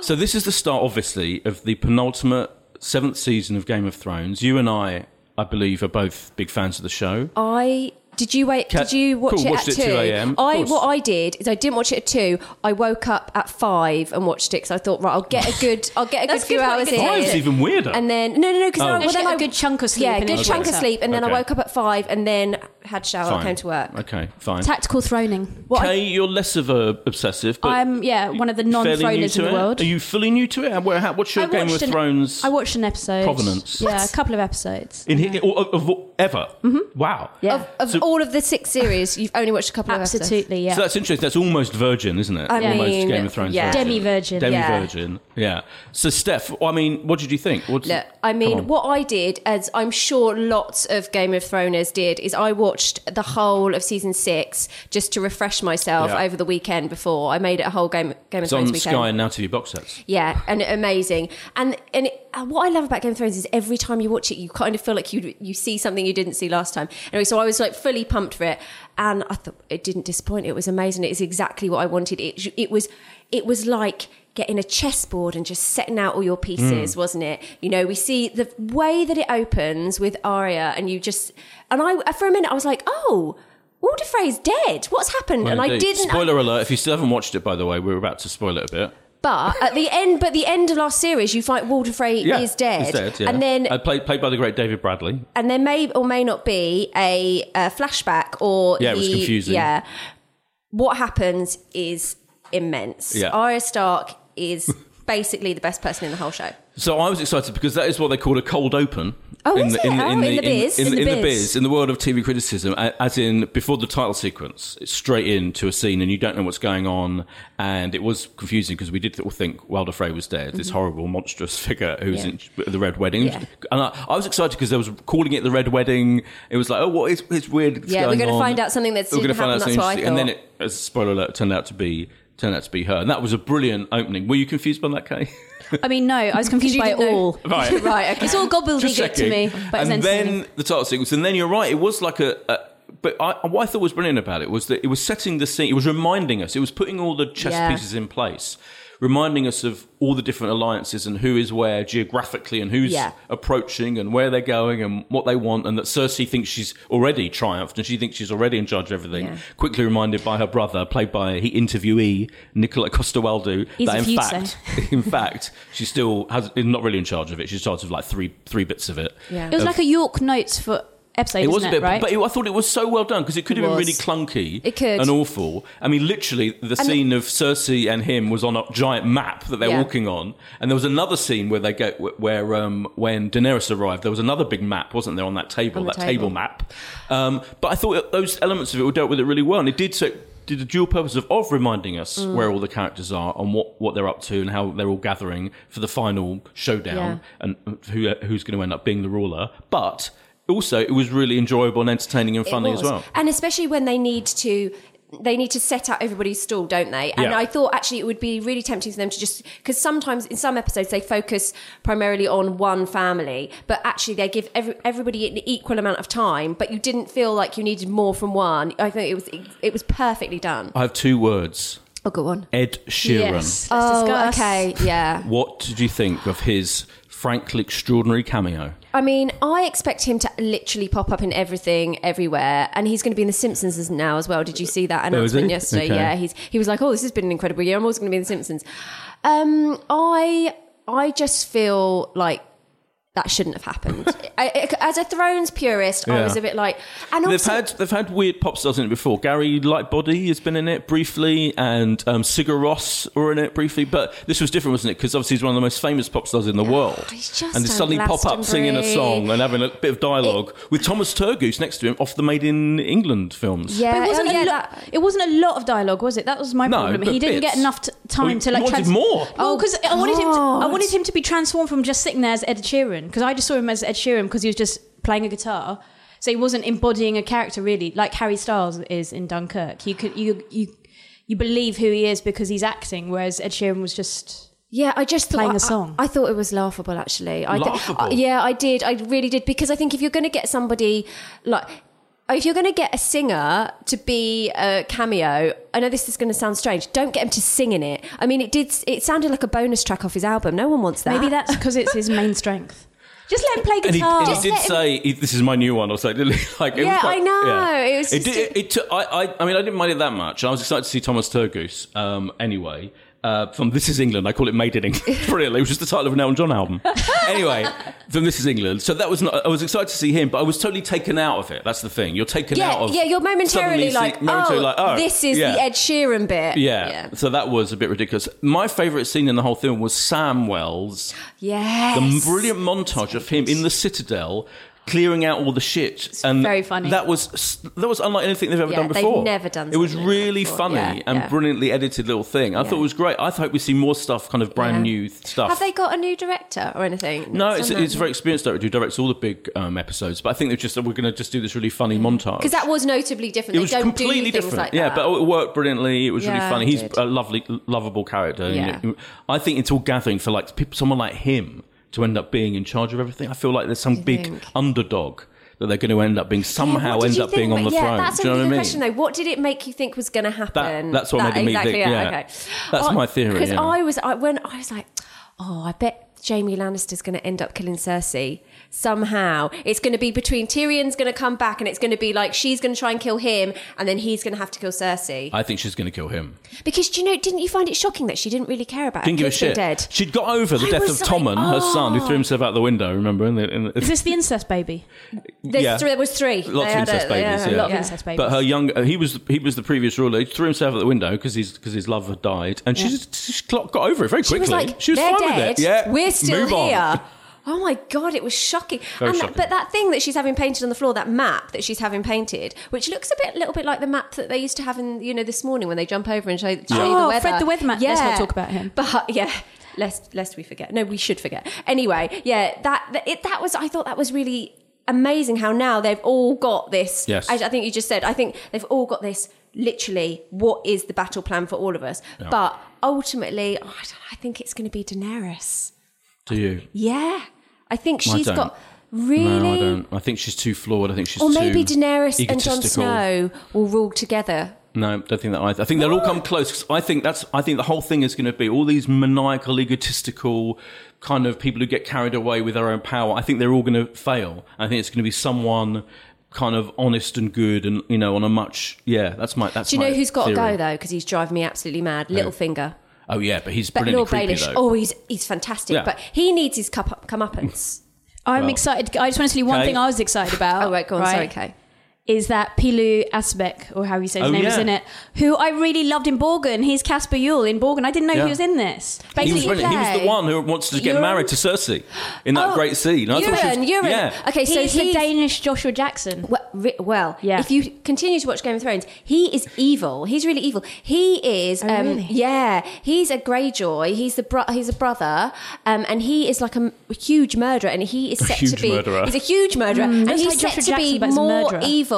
Speaker 1: so this is the start, obviously, of the penultimate seventh season of Game of Thrones. You and I, I believe, are both big fans of the show.
Speaker 2: I did you wait?
Speaker 1: Cat-
Speaker 2: did you watch
Speaker 1: Cool,
Speaker 2: it
Speaker 1: watched
Speaker 2: at
Speaker 1: it
Speaker 2: two?
Speaker 1: at 2 a.m., of
Speaker 2: I
Speaker 1: course.
Speaker 2: what I did is I didn't watch it at two. I woke up at five and watched it because I thought, right, I'll get a good, I'll get a good
Speaker 3: That's
Speaker 2: few
Speaker 3: good,
Speaker 2: hours
Speaker 3: good
Speaker 2: in.
Speaker 3: time.
Speaker 1: It's even weirder.
Speaker 2: And then no, no, no, because
Speaker 1: Oh.
Speaker 2: well,
Speaker 3: Actually
Speaker 2: then
Speaker 3: get
Speaker 2: I
Speaker 3: a good chunk of sleep
Speaker 2: Yeah,
Speaker 3: and
Speaker 2: good
Speaker 3: then
Speaker 2: chunk
Speaker 3: wakes
Speaker 2: of
Speaker 3: up.
Speaker 2: sleep, and then
Speaker 1: Okay.
Speaker 2: I woke up at five, and then had shower,
Speaker 1: Fine.
Speaker 2: came to work.
Speaker 1: Okay, fine.
Speaker 3: Tactical throning.
Speaker 1: Kay, you're less of a obsessive, but
Speaker 3: I'm yeah one of the
Speaker 1: fairly new
Speaker 3: non-throners
Speaker 1: to
Speaker 3: in the
Speaker 1: it?
Speaker 3: world.
Speaker 1: Are you fully new to it? And where- how- What's your
Speaker 3: I
Speaker 1: Game of
Speaker 3: watched an-
Speaker 1: Thrones
Speaker 3: I watched an episode.
Speaker 1: Provenance.
Speaker 3: Yeah, a couple of episodes.
Speaker 1: in here or, of, of ever? Wow.
Speaker 3: Yeah.
Speaker 2: Of, of
Speaker 1: So-
Speaker 2: all of the six series, you've only watched a couple of episodes.
Speaker 3: Absolutely, yeah.
Speaker 1: So that's interesting. That's almost Virgin, isn't it?
Speaker 2: I
Speaker 1: almost
Speaker 2: mean,
Speaker 1: Game of Thrones.
Speaker 2: yeah.
Speaker 1: Virgin.
Speaker 3: Demi-virgin.
Speaker 1: Demi-virgin. Yeah. So Steph, I mean, what did you think? What's,
Speaker 2: Look, I
Speaker 1: come
Speaker 2: mean,
Speaker 1: on.
Speaker 2: what I did, as I'm sure lots of Game of Thrones did, is I watched the whole of season six just to refresh myself
Speaker 1: Yeah.
Speaker 2: over the weekend before. I made it a whole Game, Game of
Speaker 1: It's
Speaker 2: Thrones
Speaker 1: on
Speaker 2: weekend.
Speaker 1: Sky and Now TV box sets.
Speaker 2: Yeah, and amazing. And and it, uh, what I love about Game of Thrones is every time you watch it, you kind of feel like you you see something you didn't see last time. Anyway, so I was like fully pumped for it, and I thought it didn't disappoint. It was amazing. It is exactly what I wanted. It it was it was like getting a chessboard and just setting out all your pieces, wasn't it? You know, we see the way that it opens with Arya, and you just and I for a minute I was like, oh. Walder Frey's dead. What's happened? and I
Speaker 1: Indeed.
Speaker 2: didn't.
Speaker 1: Spoiler alert! If you still haven't watched it, by the way, we're about to spoil it a bit.
Speaker 2: But at the end, but the end of last series, you fight Walter Frey is dead,
Speaker 1: He's dead yeah.
Speaker 2: and then
Speaker 1: uh, played played by the great David Bradley.
Speaker 2: and there may or may not be a, uh flashback or
Speaker 1: Yeah, it was
Speaker 2: he-
Speaker 1: confusing.
Speaker 2: Yeah, what happens is immense.
Speaker 1: Yeah.
Speaker 2: Arya Stark is basically the best person in the whole show.
Speaker 1: So I was excited because that is what they call a cold open.
Speaker 2: Oh, is it? Oh, in the biz?
Speaker 1: In,
Speaker 2: In the
Speaker 1: in the
Speaker 2: biz.
Speaker 1: biz, in the world of TV criticism, a- as in before the title sequence, it's straight into a scene and you don't know what's going on. And it was confusing because we did all think Wilder Frey was dead, this horrible, monstrous figure who was in the Red Wedding.
Speaker 2: Mm-hmm. Yeah.
Speaker 1: And I, I was excited because they was calling it the Red Wedding. It was like, oh, what is it's weird? that's
Speaker 2: Yeah, we're
Speaker 1: going
Speaker 2: gonna
Speaker 1: on.
Speaker 2: find out something that's
Speaker 1: We're gonna
Speaker 2: didn't happen,
Speaker 1: something
Speaker 2: that's what I
Speaker 1: interesting. And then
Speaker 2: thought.
Speaker 1: it as a spoiler alert, turned out to be turned out to be her, and that was a brilliant opening. Were you confused by that, Kay? [laughs]
Speaker 3: I mean, no, I was confused
Speaker 2: you
Speaker 3: by it
Speaker 2: didn't know.
Speaker 3: all.
Speaker 1: right,
Speaker 3: [laughs]
Speaker 2: Right, okay.
Speaker 3: It's all gobbledygook to
Speaker 1: checking.
Speaker 3: me, but it's
Speaker 1: and
Speaker 3: entertaining.
Speaker 1: then the title sequence, and then you're right. It was like a. a but I, what I thought was brilliant about it was that it was setting the scene. It was reminding us. It was putting all the chess
Speaker 2: Yeah.
Speaker 1: pieces in place, reminding us of all the different alliances and who is where geographically and who's
Speaker 2: Yeah.
Speaker 1: approaching and where they're going and what they want. And that Cersei thinks she's already triumphed and she thinks she's already in charge of everything.
Speaker 2: Yeah.
Speaker 1: Quickly reminded by her brother, played by he interviewee Nicola Costa Waldo,
Speaker 3: Easy
Speaker 1: that
Speaker 3: for
Speaker 1: in
Speaker 3: you to
Speaker 1: fact, [laughs] in fact, she still has is not really in charge of it. She's in charge of like three three bits of it.
Speaker 2: Yeah.
Speaker 3: It was like a York Notes for episode.
Speaker 1: It
Speaker 3: isn't
Speaker 1: was a bit,
Speaker 3: right?
Speaker 1: but it, I thought it was so well done because it could have been really
Speaker 2: was.
Speaker 1: clunky,
Speaker 2: It could.
Speaker 1: and awful. I mean, literally, the scene of Cersei and him was on a giant map that they're
Speaker 2: Yeah.
Speaker 1: walking on, and there was another scene where they go where um, when Daenerys arrived, there was another big map, wasn't there, on that table,
Speaker 2: On the
Speaker 1: that table,
Speaker 2: table.
Speaker 1: map. Um, but I thought those elements of it were dealt with it really well, and it did so. Did a dual purpose of, of reminding us
Speaker 2: Mm.
Speaker 1: where all the characters are and what, what they're up to and how they're all gathering for the final showdown
Speaker 2: Yeah.
Speaker 1: and who, who's going to end up being the ruler. But also, it was really enjoyable and entertaining and
Speaker 2: It
Speaker 1: funny as
Speaker 2: was.
Speaker 1: well.
Speaker 2: And especially when they need to they need to set out everybody's stall, don't they? And
Speaker 1: Yeah.
Speaker 2: I thought actually it would be really tempting for them to just because sometimes in some episodes they focus primarily on one family, but actually they give every, everybody an equal amount of time. But you didn't feel like you needed more from one. I think it was it was perfectly done.
Speaker 1: I have two words:
Speaker 2: Oh, good one.
Speaker 1: Ed Sheeran.
Speaker 3: Yes. Let's
Speaker 2: Oh,
Speaker 3: discuss.
Speaker 2: okay, yeah.
Speaker 1: What did you think of his frankly extraordinary cameo?
Speaker 2: I mean, I expect him to literally pop up in everything, everywhere, and he's going to be in The Simpsons as- now as well. Did you see that
Speaker 1: Oh, is he?
Speaker 2: announcement yesterday?
Speaker 1: Okay.
Speaker 2: Yeah, he's he was like, "Oh, this has been an incredible year. I'm always going to be in The Simpsons." Um, I I just feel like that shouldn't
Speaker 1: [laughs]
Speaker 2: have happened. I, I- as a Thrones purist, I
Speaker 1: Yeah.
Speaker 2: was a bit like, and
Speaker 1: They've
Speaker 2: also,
Speaker 1: had they've had weird pop stars in it before. Gary Lightbody has been in it briefly, and um, Sigur Rós were in it briefly. But this was different, wasn't it? Because obviously he's one of the most famous pop stars in the world,
Speaker 2: he's just
Speaker 1: and to
Speaker 2: so
Speaker 1: suddenly pop up singing a
Speaker 2: Glastonbury.
Speaker 1: song and having a bit of dialogue with Thomas Turgoose next to him off the Made in England films.
Speaker 2: yeah,
Speaker 3: But it wasn't,
Speaker 2: oh, yeah,
Speaker 3: a lot,
Speaker 2: that-
Speaker 3: it wasn't a lot of dialogue, was it? That was my
Speaker 1: No,
Speaker 3: problem.
Speaker 1: but
Speaker 3: He didn't
Speaker 1: bits.
Speaker 3: get enough t-
Speaker 1: Well,
Speaker 3: time
Speaker 1: you
Speaker 3: to like.
Speaker 1: wanted more.
Speaker 3: Oh, because I wanted him. To, I
Speaker 2: God.
Speaker 3: wanted him to be transformed from just sitting there as Ed Sheeran. Because I just saw him as Ed Sheeran because he was just playing a guitar. So he wasn't embodying a character really, like Harry Styles is in Dunkirk. You could you you you believe who he is because he's acting, whereas Ed Sheeran was just.
Speaker 2: Yeah, I just thought,
Speaker 3: Playing a
Speaker 2: I-
Speaker 3: song.
Speaker 2: I, thought it was laughable, actually. I thi-
Speaker 1: Laughable?
Speaker 2: I- yeah, I did. I really did because I think if you're going to get somebody like. If you're going to get a singer to be a cameo, I know this is going to sound strange. Don't get him to sing in it. I mean, it did. It sounded like a bonus track off his album. No one wants that.
Speaker 3: Maybe that's because it's his main strength. Just let him play
Speaker 1: And he,
Speaker 3: guitar.
Speaker 1: and he
Speaker 2: Just
Speaker 1: did
Speaker 2: let him-
Speaker 1: say, he- "This is my new one." or something. [laughs] didn't he? like, it
Speaker 2: Oh. Yeah,
Speaker 1: was quite-
Speaker 2: I know. It was
Speaker 1: It
Speaker 2: just-
Speaker 1: did- it took- I, I, I mean, I didn't mind it that much. I was excited to see Thomas Turgoose um, anyway. uh, from This Is England. I call it Made in
Speaker 2: [laughs]
Speaker 1: England. Brilliant. It was just the title of an Elton John album. anyway, from This Is England. So that was not. I was excited to see him, but I was totally taken out of it. That's the thing. You're taken
Speaker 2: yeah,
Speaker 1: out of.
Speaker 2: yeah, you're
Speaker 1: suddenly
Speaker 2: momentarily
Speaker 1: see-
Speaker 2: like,
Speaker 1: momentarily
Speaker 2: oh,
Speaker 1: like, oh,
Speaker 2: this is
Speaker 1: yeah.
Speaker 2: the Ed Sheeran bit.
Speaker 1: Yeah. So that was a bit ridiculous. My favourite scene in the whole film was Sam Wells,
Speaker 2: Yes.
Speaker 1: the brilliant montage of him in the Citadel. Clearing out all the shit, and
Speaker 3: very funny.
Speaker 1: That was that was unlike anything they've ever
Speaker 2: Yeah,
Speaker 1: done
Speaker 2: they've
Speaker 1: before.
Speaker 2: never done
Speaker 1: It was
Speaker 2: something like
Speaker 1: really
Speaker 2: that before.
Speaker 1: funny
Speaker 2: Yeah,
Speaker 1: and
Speaker 2: yeah.
Speaker 1: brilliantly edited little thing. I thought it was great. I hope we see more stuff, kind of brand
Speaker 2: Yeah.
Speaker 1: new stuff.
Speaker 2: Have they got a new director or anything?
Speaker 1: No,
Speaker 2: That's
Speaker 1: it's,
Speaker 2: on that.
Speaker 1: it's a very experienced director who directs all the big um, episodes. But I think they're just we're going to just do this really funny montage
Speaker 2: because that was notably different.
Speaker 1: it
Speaker 2: they
Speaker 1: was
Speaker 2: don't
Speaker 1: completely
Speaker 2: do things
Speaker 1: different.
Speaker 2: Like
Speaker 1: yeah,
Speaker 2: that.
Speaker 1: but it worked brilliantly. It was really
Speaker 2: Yeah,
Speaker 1: funny.
Speaker 2: it
Speaker 1: He's
Speaker 2: did.
Speaker 1: a lovely, lovable character. and
Speaker 2: Yeah.
Speaker 1: it- I think it's all gathering for like peop someone like him to end up being in charge of everything. I feel like there's some big
Speaker 2: think?
Speaker 1: underdog that they're going to end up being
Speaker 2: What
Speaker 1: somehow
Speaker 2: did
Speaker 1: end
Speaker 2: you
Speaker 1: up
Speaker 2: think
Speaker 1: being on
Speaker 2: ma-
Speaker 1: the
Speaker 2: yeah,
Speaker 1: throne.
Speaker 2: That's
Speaker 1: Do you
Speaker 2: a
Speaker 1: know
Speaker 2: good
Speaker 1: what I mean?
Speaker 2: question, though. What did it make you think was going to happen?
Speaker 1: that's what made me
Speaker 2: exactly,
Speaker 1: think,
Speaker 2: Yeah,
Speaker 1: yeah.
Speaker 2: okay.
Speaker 1: That's my theory,
Speaker 2: Because
Speaker 1: yeah.
Speaker 2: I was I, when I was like, oh, I bet Jamie Lannister's going to end up killing Cersei somehow. It's going to be between Tyrion's going to come back, and it's going to be like she's going to try and kill him, and then he's going to have to kill Cersei.
Speaker 1: I think she's going to kill him.
Speaker 2: Because do you know? Didn't you find it shocking that she didn't really care about? her
Speaker 1: Didn't give a
Speaker 2: kids being
Speaker 1: shit.
Speaker 2: Dead.
Speaker 1: She'd got over the
Speaker 2: I
Speaker 1: death of
Speaker 2: was like,
Speaker 1: Tommen, her son, who
Speaker 2: oh.
Speaker 1: threw himself out the window. Remember? In the, in the,
Speaker 3: Is this the incest baby?
Speaker 2: There's
Speaker 1: Yeah.
Speaker 2: three, there was three.
Speaker 1: Lots
Speaker 2: They
Speaker 1: of
Speaker 2: had
Speaker 1: incest
Speaker 2: a- they
Speaker 1: babies.
Speaker 2: had
Speaker 1: Yeah.
Speaker 3: lot of incest babies.
Speaker 1: But her young, uh, he was he was the previous ruler. He threw himself out the window because his because his love had died, and she just, she just clocked- got over it very
Speaker 2: She
Speaker 1: quickly.
Speaker 2: was like, they're
Speaker 1: fine
Speaker 2: dead.
Speaker 1: with it. Yeah,
Speaker 2: We're still
Speaker 1: Move on.
Speaker 2: here. Oh my god, it was shocking.
Speaker 1: Very
Speaker 2: and
Speaker 1: shocking.
Speaker 2: That, but that thing that she's having painted on the floor, that map that she's having painted, which looks a bit, little bit like the map that they used to have in, you know, this morning when they jump over and show, show you the
Speaker 3: Oh,
Speaker 2: weather.
Speaker 3: Fred the Weatherman. Let's not talk about him.
Speaker 2: But uh, yeah. Lest, lest we forget. No, we should forget. Anyway, yeah, that that- it, that was. I thought that was really amazing. How now they've all got this.
Speaker 1: Yes.
Speaker 2: I, I think you just said. I think they've all got this. Literally, what is the battle plan for all of us? But ultimately, oh, I don't- I think it's going to be Daenerys.
Speaker 1: To you?
Speaker 2: Yeah, I think
Speaker 1: I
Speaker 2: she's
Speaker 1: don't.
Speaker 2: got really.
Speaker 1: No, I don't. I think she's too flawed. I think she's
Speaker 2: Or
Speaker 1: too
Speaker 2: maybe Daenerys and Jon
Speaker 1: egotistical.
Speaker 2: Snow will rule together.
Speaker 1: No, don't think that either. I think they'll all come close. 'cause I think that's. I think the whole thing is going to be all these maniacal, egotistical kind of people who get carried away with their own power. I think they're all going to fail. I think it's going to be someone kind of honest and good, and you know, on a much yeah. That's my. That's
Speaker 2: Do you know
Speaker 1: my
Speaker 2: who's got to
Speaker 1: theory.
Speaker 2: go though? Because he's driving me absolutely mad. Littlefinger,
Speaker 1: Oh yeah, but he's
Speaker 2: but
Speaker 1: brilliantly
Speaker 2: Lord
Speaker 1: creepy
Speaker 2: Baelish.
Speaker 1: though.
Speaker 2: Oh, he's he's fantastic,
Speaker 1: Yeah.
Speaker 2: but he needs his cup up, comeuppance.
Speaker 3: I'm
Speaker 1: Well,
Speaker 3: excited. I just want to tell you one
Speaker 1: Kay.
Speaker 3: thing I was excited about.
Speaker 2: oh right, go on. Sorry, Kay.
Speaker 3: Is that Pilu Asbeck, or how you say his
Speaker 1: Oh,
Speaker 3: name is
Speaker 1: yeah.
Speaker 3: in it, who I really loved in Borgen. He's Casper Yule in Borgen. I didn't know
Speaker 1: Yeah.
Speaker 3: he was in this.
Speaker 1: he
Speaker 3: Basically,
Speaker 1: was brilliant. He was
Speaker 2: play-
Speaker 1: the one who wants to get
Speaker 3: Euron?
Speaker 1: married to Cersei in that
Speaker 2: Oh,
Speaker 1: great scene. And I thought she was-
Speaker 2: Euron, Euron.
Speaker 1: Yeah.
Speaker 2: Okay, so
Speaker 3: he's the
Speaker 2: he's
Speaker 3: Danish Joshua Jackson.
Speaker 2: Well, re- well
Speaker 3: Yeah.
Speaker 2: if you continue to watch Game of Thrones, he is evil. He's really evil. He is, um,
Speaker 3: Oh, really?
Speaker 2: yeah, he's a Greyjoy. He's the bro- he's a brother, um, and he is like a, m- huge murderer. And he is set
Speaker 1: huge
Speaker 2: to be
Speaker 1: murderer.
Speaker 2: he's a huge murderer, and
Speaker 3: that's
Speaker 2: he's
Speaker 3: Mm, like
Speaker 2: set
Speaker 3: Joshua
Speaker 2: to
Speaker 3: Jackson, but
Speaker 2: be
Speaker 3: he's a
Speaker 2: more
Speaker 3: murderer.
Speaker 2: evil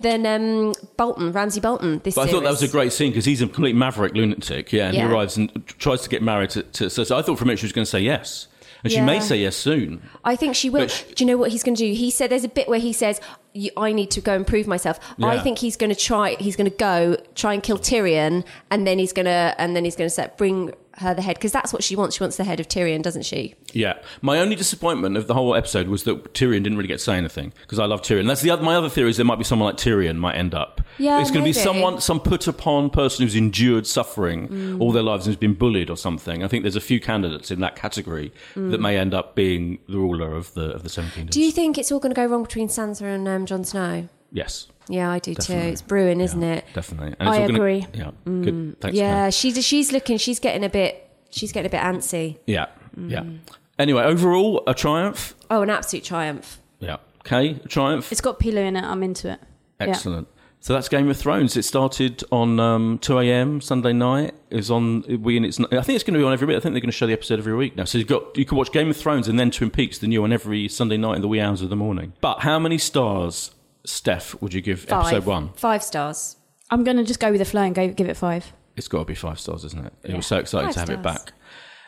Speaker 2: than um, Bolton, Ramsey Bolton. This,
Speaker 1: But I thought that
Speaker 2: series.
Speaker 1: was a great scene because he's a complete maverick lunatic. Yeah, and
Speaker 2: Yeah.
Speaker 1: he arrives and t- tries to get married to, to Cersei. I thought from it she was going to say yes, and she may
Speaker 2: Yeah.
Speaker 1: say yes soon.
Speaker 2: I think she will.
Speaker 1: But sh-
Speaker 2: do you know what he's going to do? He said there's a bit where he says, "You- "I need to go and prove myself." I
Speaker 1: Yeah.
Speaker 2: think he's going to try. He's going to go try and kill Tyrion, and then he's going to and then he's going to set bring her the head because that's what she wants. She wants the head of Tyrion, doesn't she?
Speaker 1: Yeah, my only disappointment of the whole episode was that Tyrion didn't really get to say anything because I love Tyrion. That's the other, my other theory is there might be someone like Tyrion might end up.
Speaker 2: Yeah,
Speaker 1: it's going to be
Speaker 2: maybe.
Speaker 1: someone, some put upon person who's endured suffering
Speaker 2: Mm.
Speaker 1: all their lives and has been bullied or something. I think there's a few candidates in that category that may end up being the ruler of the of the Seven Kingdoms.
Speaker 2: Mm. Do you think it's all going to go wrong between Sansa and um, Jon Snow?
Speaker 1: yes,
Speaker 2: Yeah, I do
Speaker 1: Definitely.
Speaker 2: too. It's brewing,
Speaker 1: Yeah,
Speaker 2: isn't it? Mm.
Speaker 1: Definitely. And
Speaker 3: I
Speaker 1: all gonna-
Speaker 3: agree.
Speaker 1: yeah, good. Thanks. Karen.
Speaker 2: Yeah, she's she's looking. She's getting a bit. She's getting a bit antsy.
Speaker 1: Yeah. Yeah.
Speaker 2: Mm.
Speaker 1: Anyway, overall, a triumph.
Speaker 2: Oh, an absolute triumph.
Speaker 1: Yeah. Okay, a triumph.
Speaker 3: It's got Pilu in it. I'm into it. yeah.
Speaker 1: Excellent. So that's Game of Thrones. It started on um, 2 a.m. Sunday night. Is on we and it's. I think it's going to be on every week. I think they're going to show the episode every week now. So you've got you can watch Game of Thrones and then Twin Peaks, the new one every Sunday night in the wee hours of the morning. But how many stars, Steph, would you give
Speaker 2: Five.
Speaker 1: episode one?
Speaker 2: Five stars.
Speaker 3: I'm going to just go with the flow and go, give it five.
Speaker 1: It's got to be five stars, isn't it? It was so exciting
Speaker 2: Five
Speaker 1: to have it
Speaker 2: stars.
Speaker 1: back.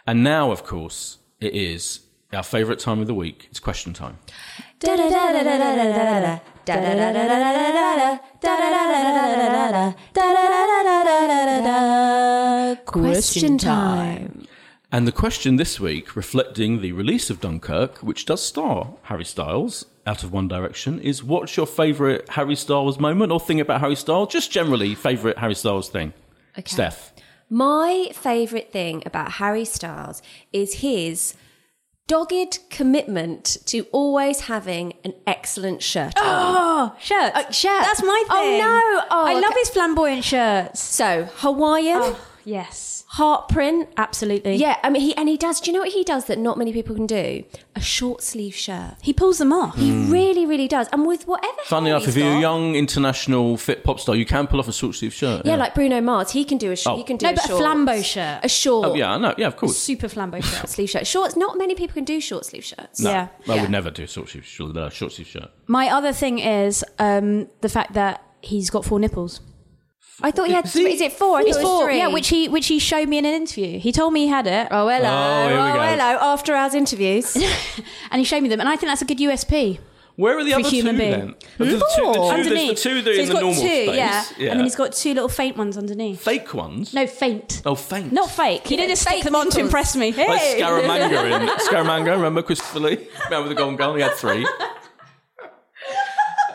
Speaker 1: And now, of course, it is our favourite time of the week. It's question time.
Speaker 2: Question time.
Speaker 1: And the question this week, reflecting the release of Dunkirk, which does star Harry Styles out of One Direction, is what's your favourite Harry Styles moment or thing about Harry Styles? Just generally, favourite Harry Styles thing. Steph.
Speaker 2: My favorite thing about Harry Styles is his dogged commitment to always having an excellent shirt
Speaker 3: [gasps]
Speaker 2: on.
Speaker 3: Oh, shirts.
Speaker 2: Uh, shirts.
Speaker 3: That's my
Speaker 2: Oh,
Speaker 3: thing.
Speaker 2: no. Oh,
Speaker 3: I love
Speaker 2: okay.
Speaker 3: his flamboyant shirts.
Speaker 2: So, Hawaiian.
Speaker 3: Oh. Yes.
Speaker 2: Heart print,
Speaker 3: Absolutely.
Speaker 2: Yeah, I mean, he and he does. Do you know what he does that not many people can do? A short sleeve shirt.
Speaker 3: He pulls them off.
Speaker 2: He
Speaker 1: Mm.
Speaker 2: really, really does. And with whatever.
Speaker 1: Funnily
Speaker 2: hair
Speaker 1: enough,
Speaker 2: he's
Speaker 1: if you're a
Speaker 2: got-
Speaker 1: young international fit pop star, you can pull off a short sleeve shirt.
Speaker 2: yeah, like Bruno Mars, he can do a sh-
Speaker 1: Oh.
Speaker 2: he can do
Speaker 3: no,
Speaker 2: a
Speaker 3: but
Speaker 2: short,
Speaker 3: a flambeau shirt.
Speaker 2: a short
Speaker 1: oh, yeah, I know. Yeah, of course.
Speaker 3: super flambeau shirt.
Speaker 2: sleeve shirt. Shorts. Not many people can do short sleeve shirts.
Speaker 1: No,
Speaker 3: Yeah.
Speaker 1: I
Speaker 2: Yeah.
Speaker 1: would never do a short sleeve shirt. uh, Short sleeve shirt.
Speaker 3: My other thing is um, the fact that he's got four nipples.
Speaker 2: I thought he had.
Speaker 4: See?
Speaker 2: Three, is it four? I thought it was three.
Speaker 3: Yeah, which he which he showed me in an interview. He told me he had it,
Speaker 2: Oh hello,
Speaker 4: Oh, here we
Speaker 2: oh
Speaker 4: go.
Speaker 2: hello. After hours interviews.
Speaker 3: and he showed me them, and I think that's a good USP.
Speaker 4: Where are the
Speaker 3: For
Speaker 4: other
Speaker 3: human
Speaker 4: two
Speaker 3: being.
Speaker 4: then? There's the two, the two, there's the
Speaker 3: underneath.
Speaker 4: two that are
Speaker 3: so
Speaker 4: in
Speaker 3: he's
Speaker 4: the
Speaker 3: got
Speaker 4: normal
Speaker 3: two,
Speaker 4: space.
Speaker 3: yeah. and then he's got two little faint ones underneath.
Speaker 1: Fake ones.
Speaker 3: No, faint.
Speaker 1: Oh, faint.
Speaker 3: Not fake. He
Speaker 2: Yeah,
Speaker 3: didn't just stick
Speaker 2: fake
Speaker 3: them on to
Speaker 2: nipples.
Speaker 3: impress me.
Speaker 1: Like
Speaker 3: Hey.
Speaker 1: Scaramanga
Speaker 2: [laughs]
Speaker 1: in Scaramanga. Remember Christopher Lee? Remember the Golden Girl? He had three.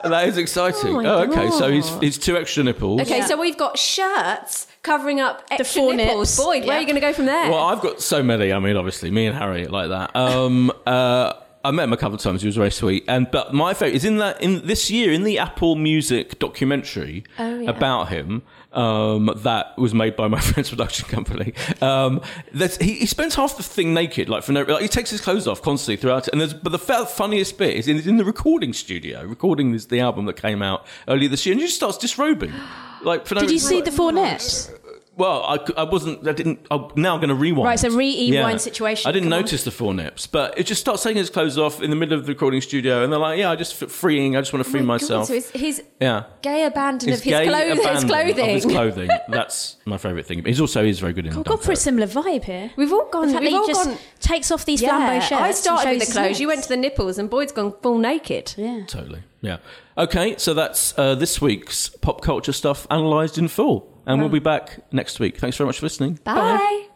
Speaker 1: That is exciting.
Speaker 2: Oh, my
Speaker 1: Oh, okay. So
Speaker 2: God.
Speaker 1: he's he's two extra nipples.
Speaker 2: Okay, so we've got shirts covering up extra
Speaker 3: four
Speaker 2: nipples.
Speaker 3: nips.
Speaker 2: Boyd, where are
Speaker 3: Yeah.
Speaker 2: you going to go from there?
Speaker 1: Well, I've got so many. I mean, obviously, me and Harry like that. Um, [laughs] uh, I met him a couple of times. He was very sweet. And but my favorite is in that in this year in the Apple Music documentary
Speaker 3: Oh,
Speaker 1: about him um, that was made by my [laughs] friend's production company. Um, that he, he spends half the thing naked, like for no. Like, he takes his clothes off constantly throughout. it. And there's but the fa- funniest bit is in, is in the recording studio, recording this the album that came out earlier this year, and he just starts disrobing. Like for no
Speaker 3: Did you
Speaker 1: reason.
Speaker 3: see the four nips?
Speaker 1: Well, I, cou- I wasn't. I didn't. I'm now going to rewind.
Speaker 3: Right, so re-rewind situation,
Speaker 1: I didn't
Speaker 3: come on.
Speaker 1: notice the four nips, but it just starts taking his clothes off in the middle of the recording studio, and they're like, "Yeah, I just f- freeing. I just want to free
Speaker 2: Oh my God,
Speaker 1: myself."
Speaker 2: so it's his
Speaker 1: yeah.
Speaker 2: gay abandon of his,
Speaker 1: gay
Speaker 2: clo- his
Speaker 1: abandon
Speaker 2: clothing.
Speaker 1: Of his
Speaker 2: [laughs]
Speaker 1: clothing. That's my favourite thing. He's also is very good in.
Speaker 3: I've
Speaker 1: dumb
Speaker 3: got for a
Speaker 1: photos.
Speaker 3: similar vibe here.
Speaker 2: We've all gone.
Speaker 3: the fact
Speaker 2: We've
Speaker 3: that
Speaker 2: all
Speaker 3: he just
Speaker 2: gone.
Speaker 3: takes off these
Speaker 2: Yeah,
Speaker 3: flambeau shirts.
Speaker 2: I
Speaker 3: and
Speaker 2: started
Speaker 3: shows
Speaker 2: with the
Speaker 3: his
Speaker 2: clothes. You went
Speaker 3: nips.
Speaker 2: to the nipples, and Boyd's gone full naked.
Speaker 3: Yeah.
Speaker 1: Totally. Yeah. Okay, so that's uh, this week's pop culture stuff analysed in full, and we'll be back next week. Thanks very much for listening.
Speaker 2: Bye.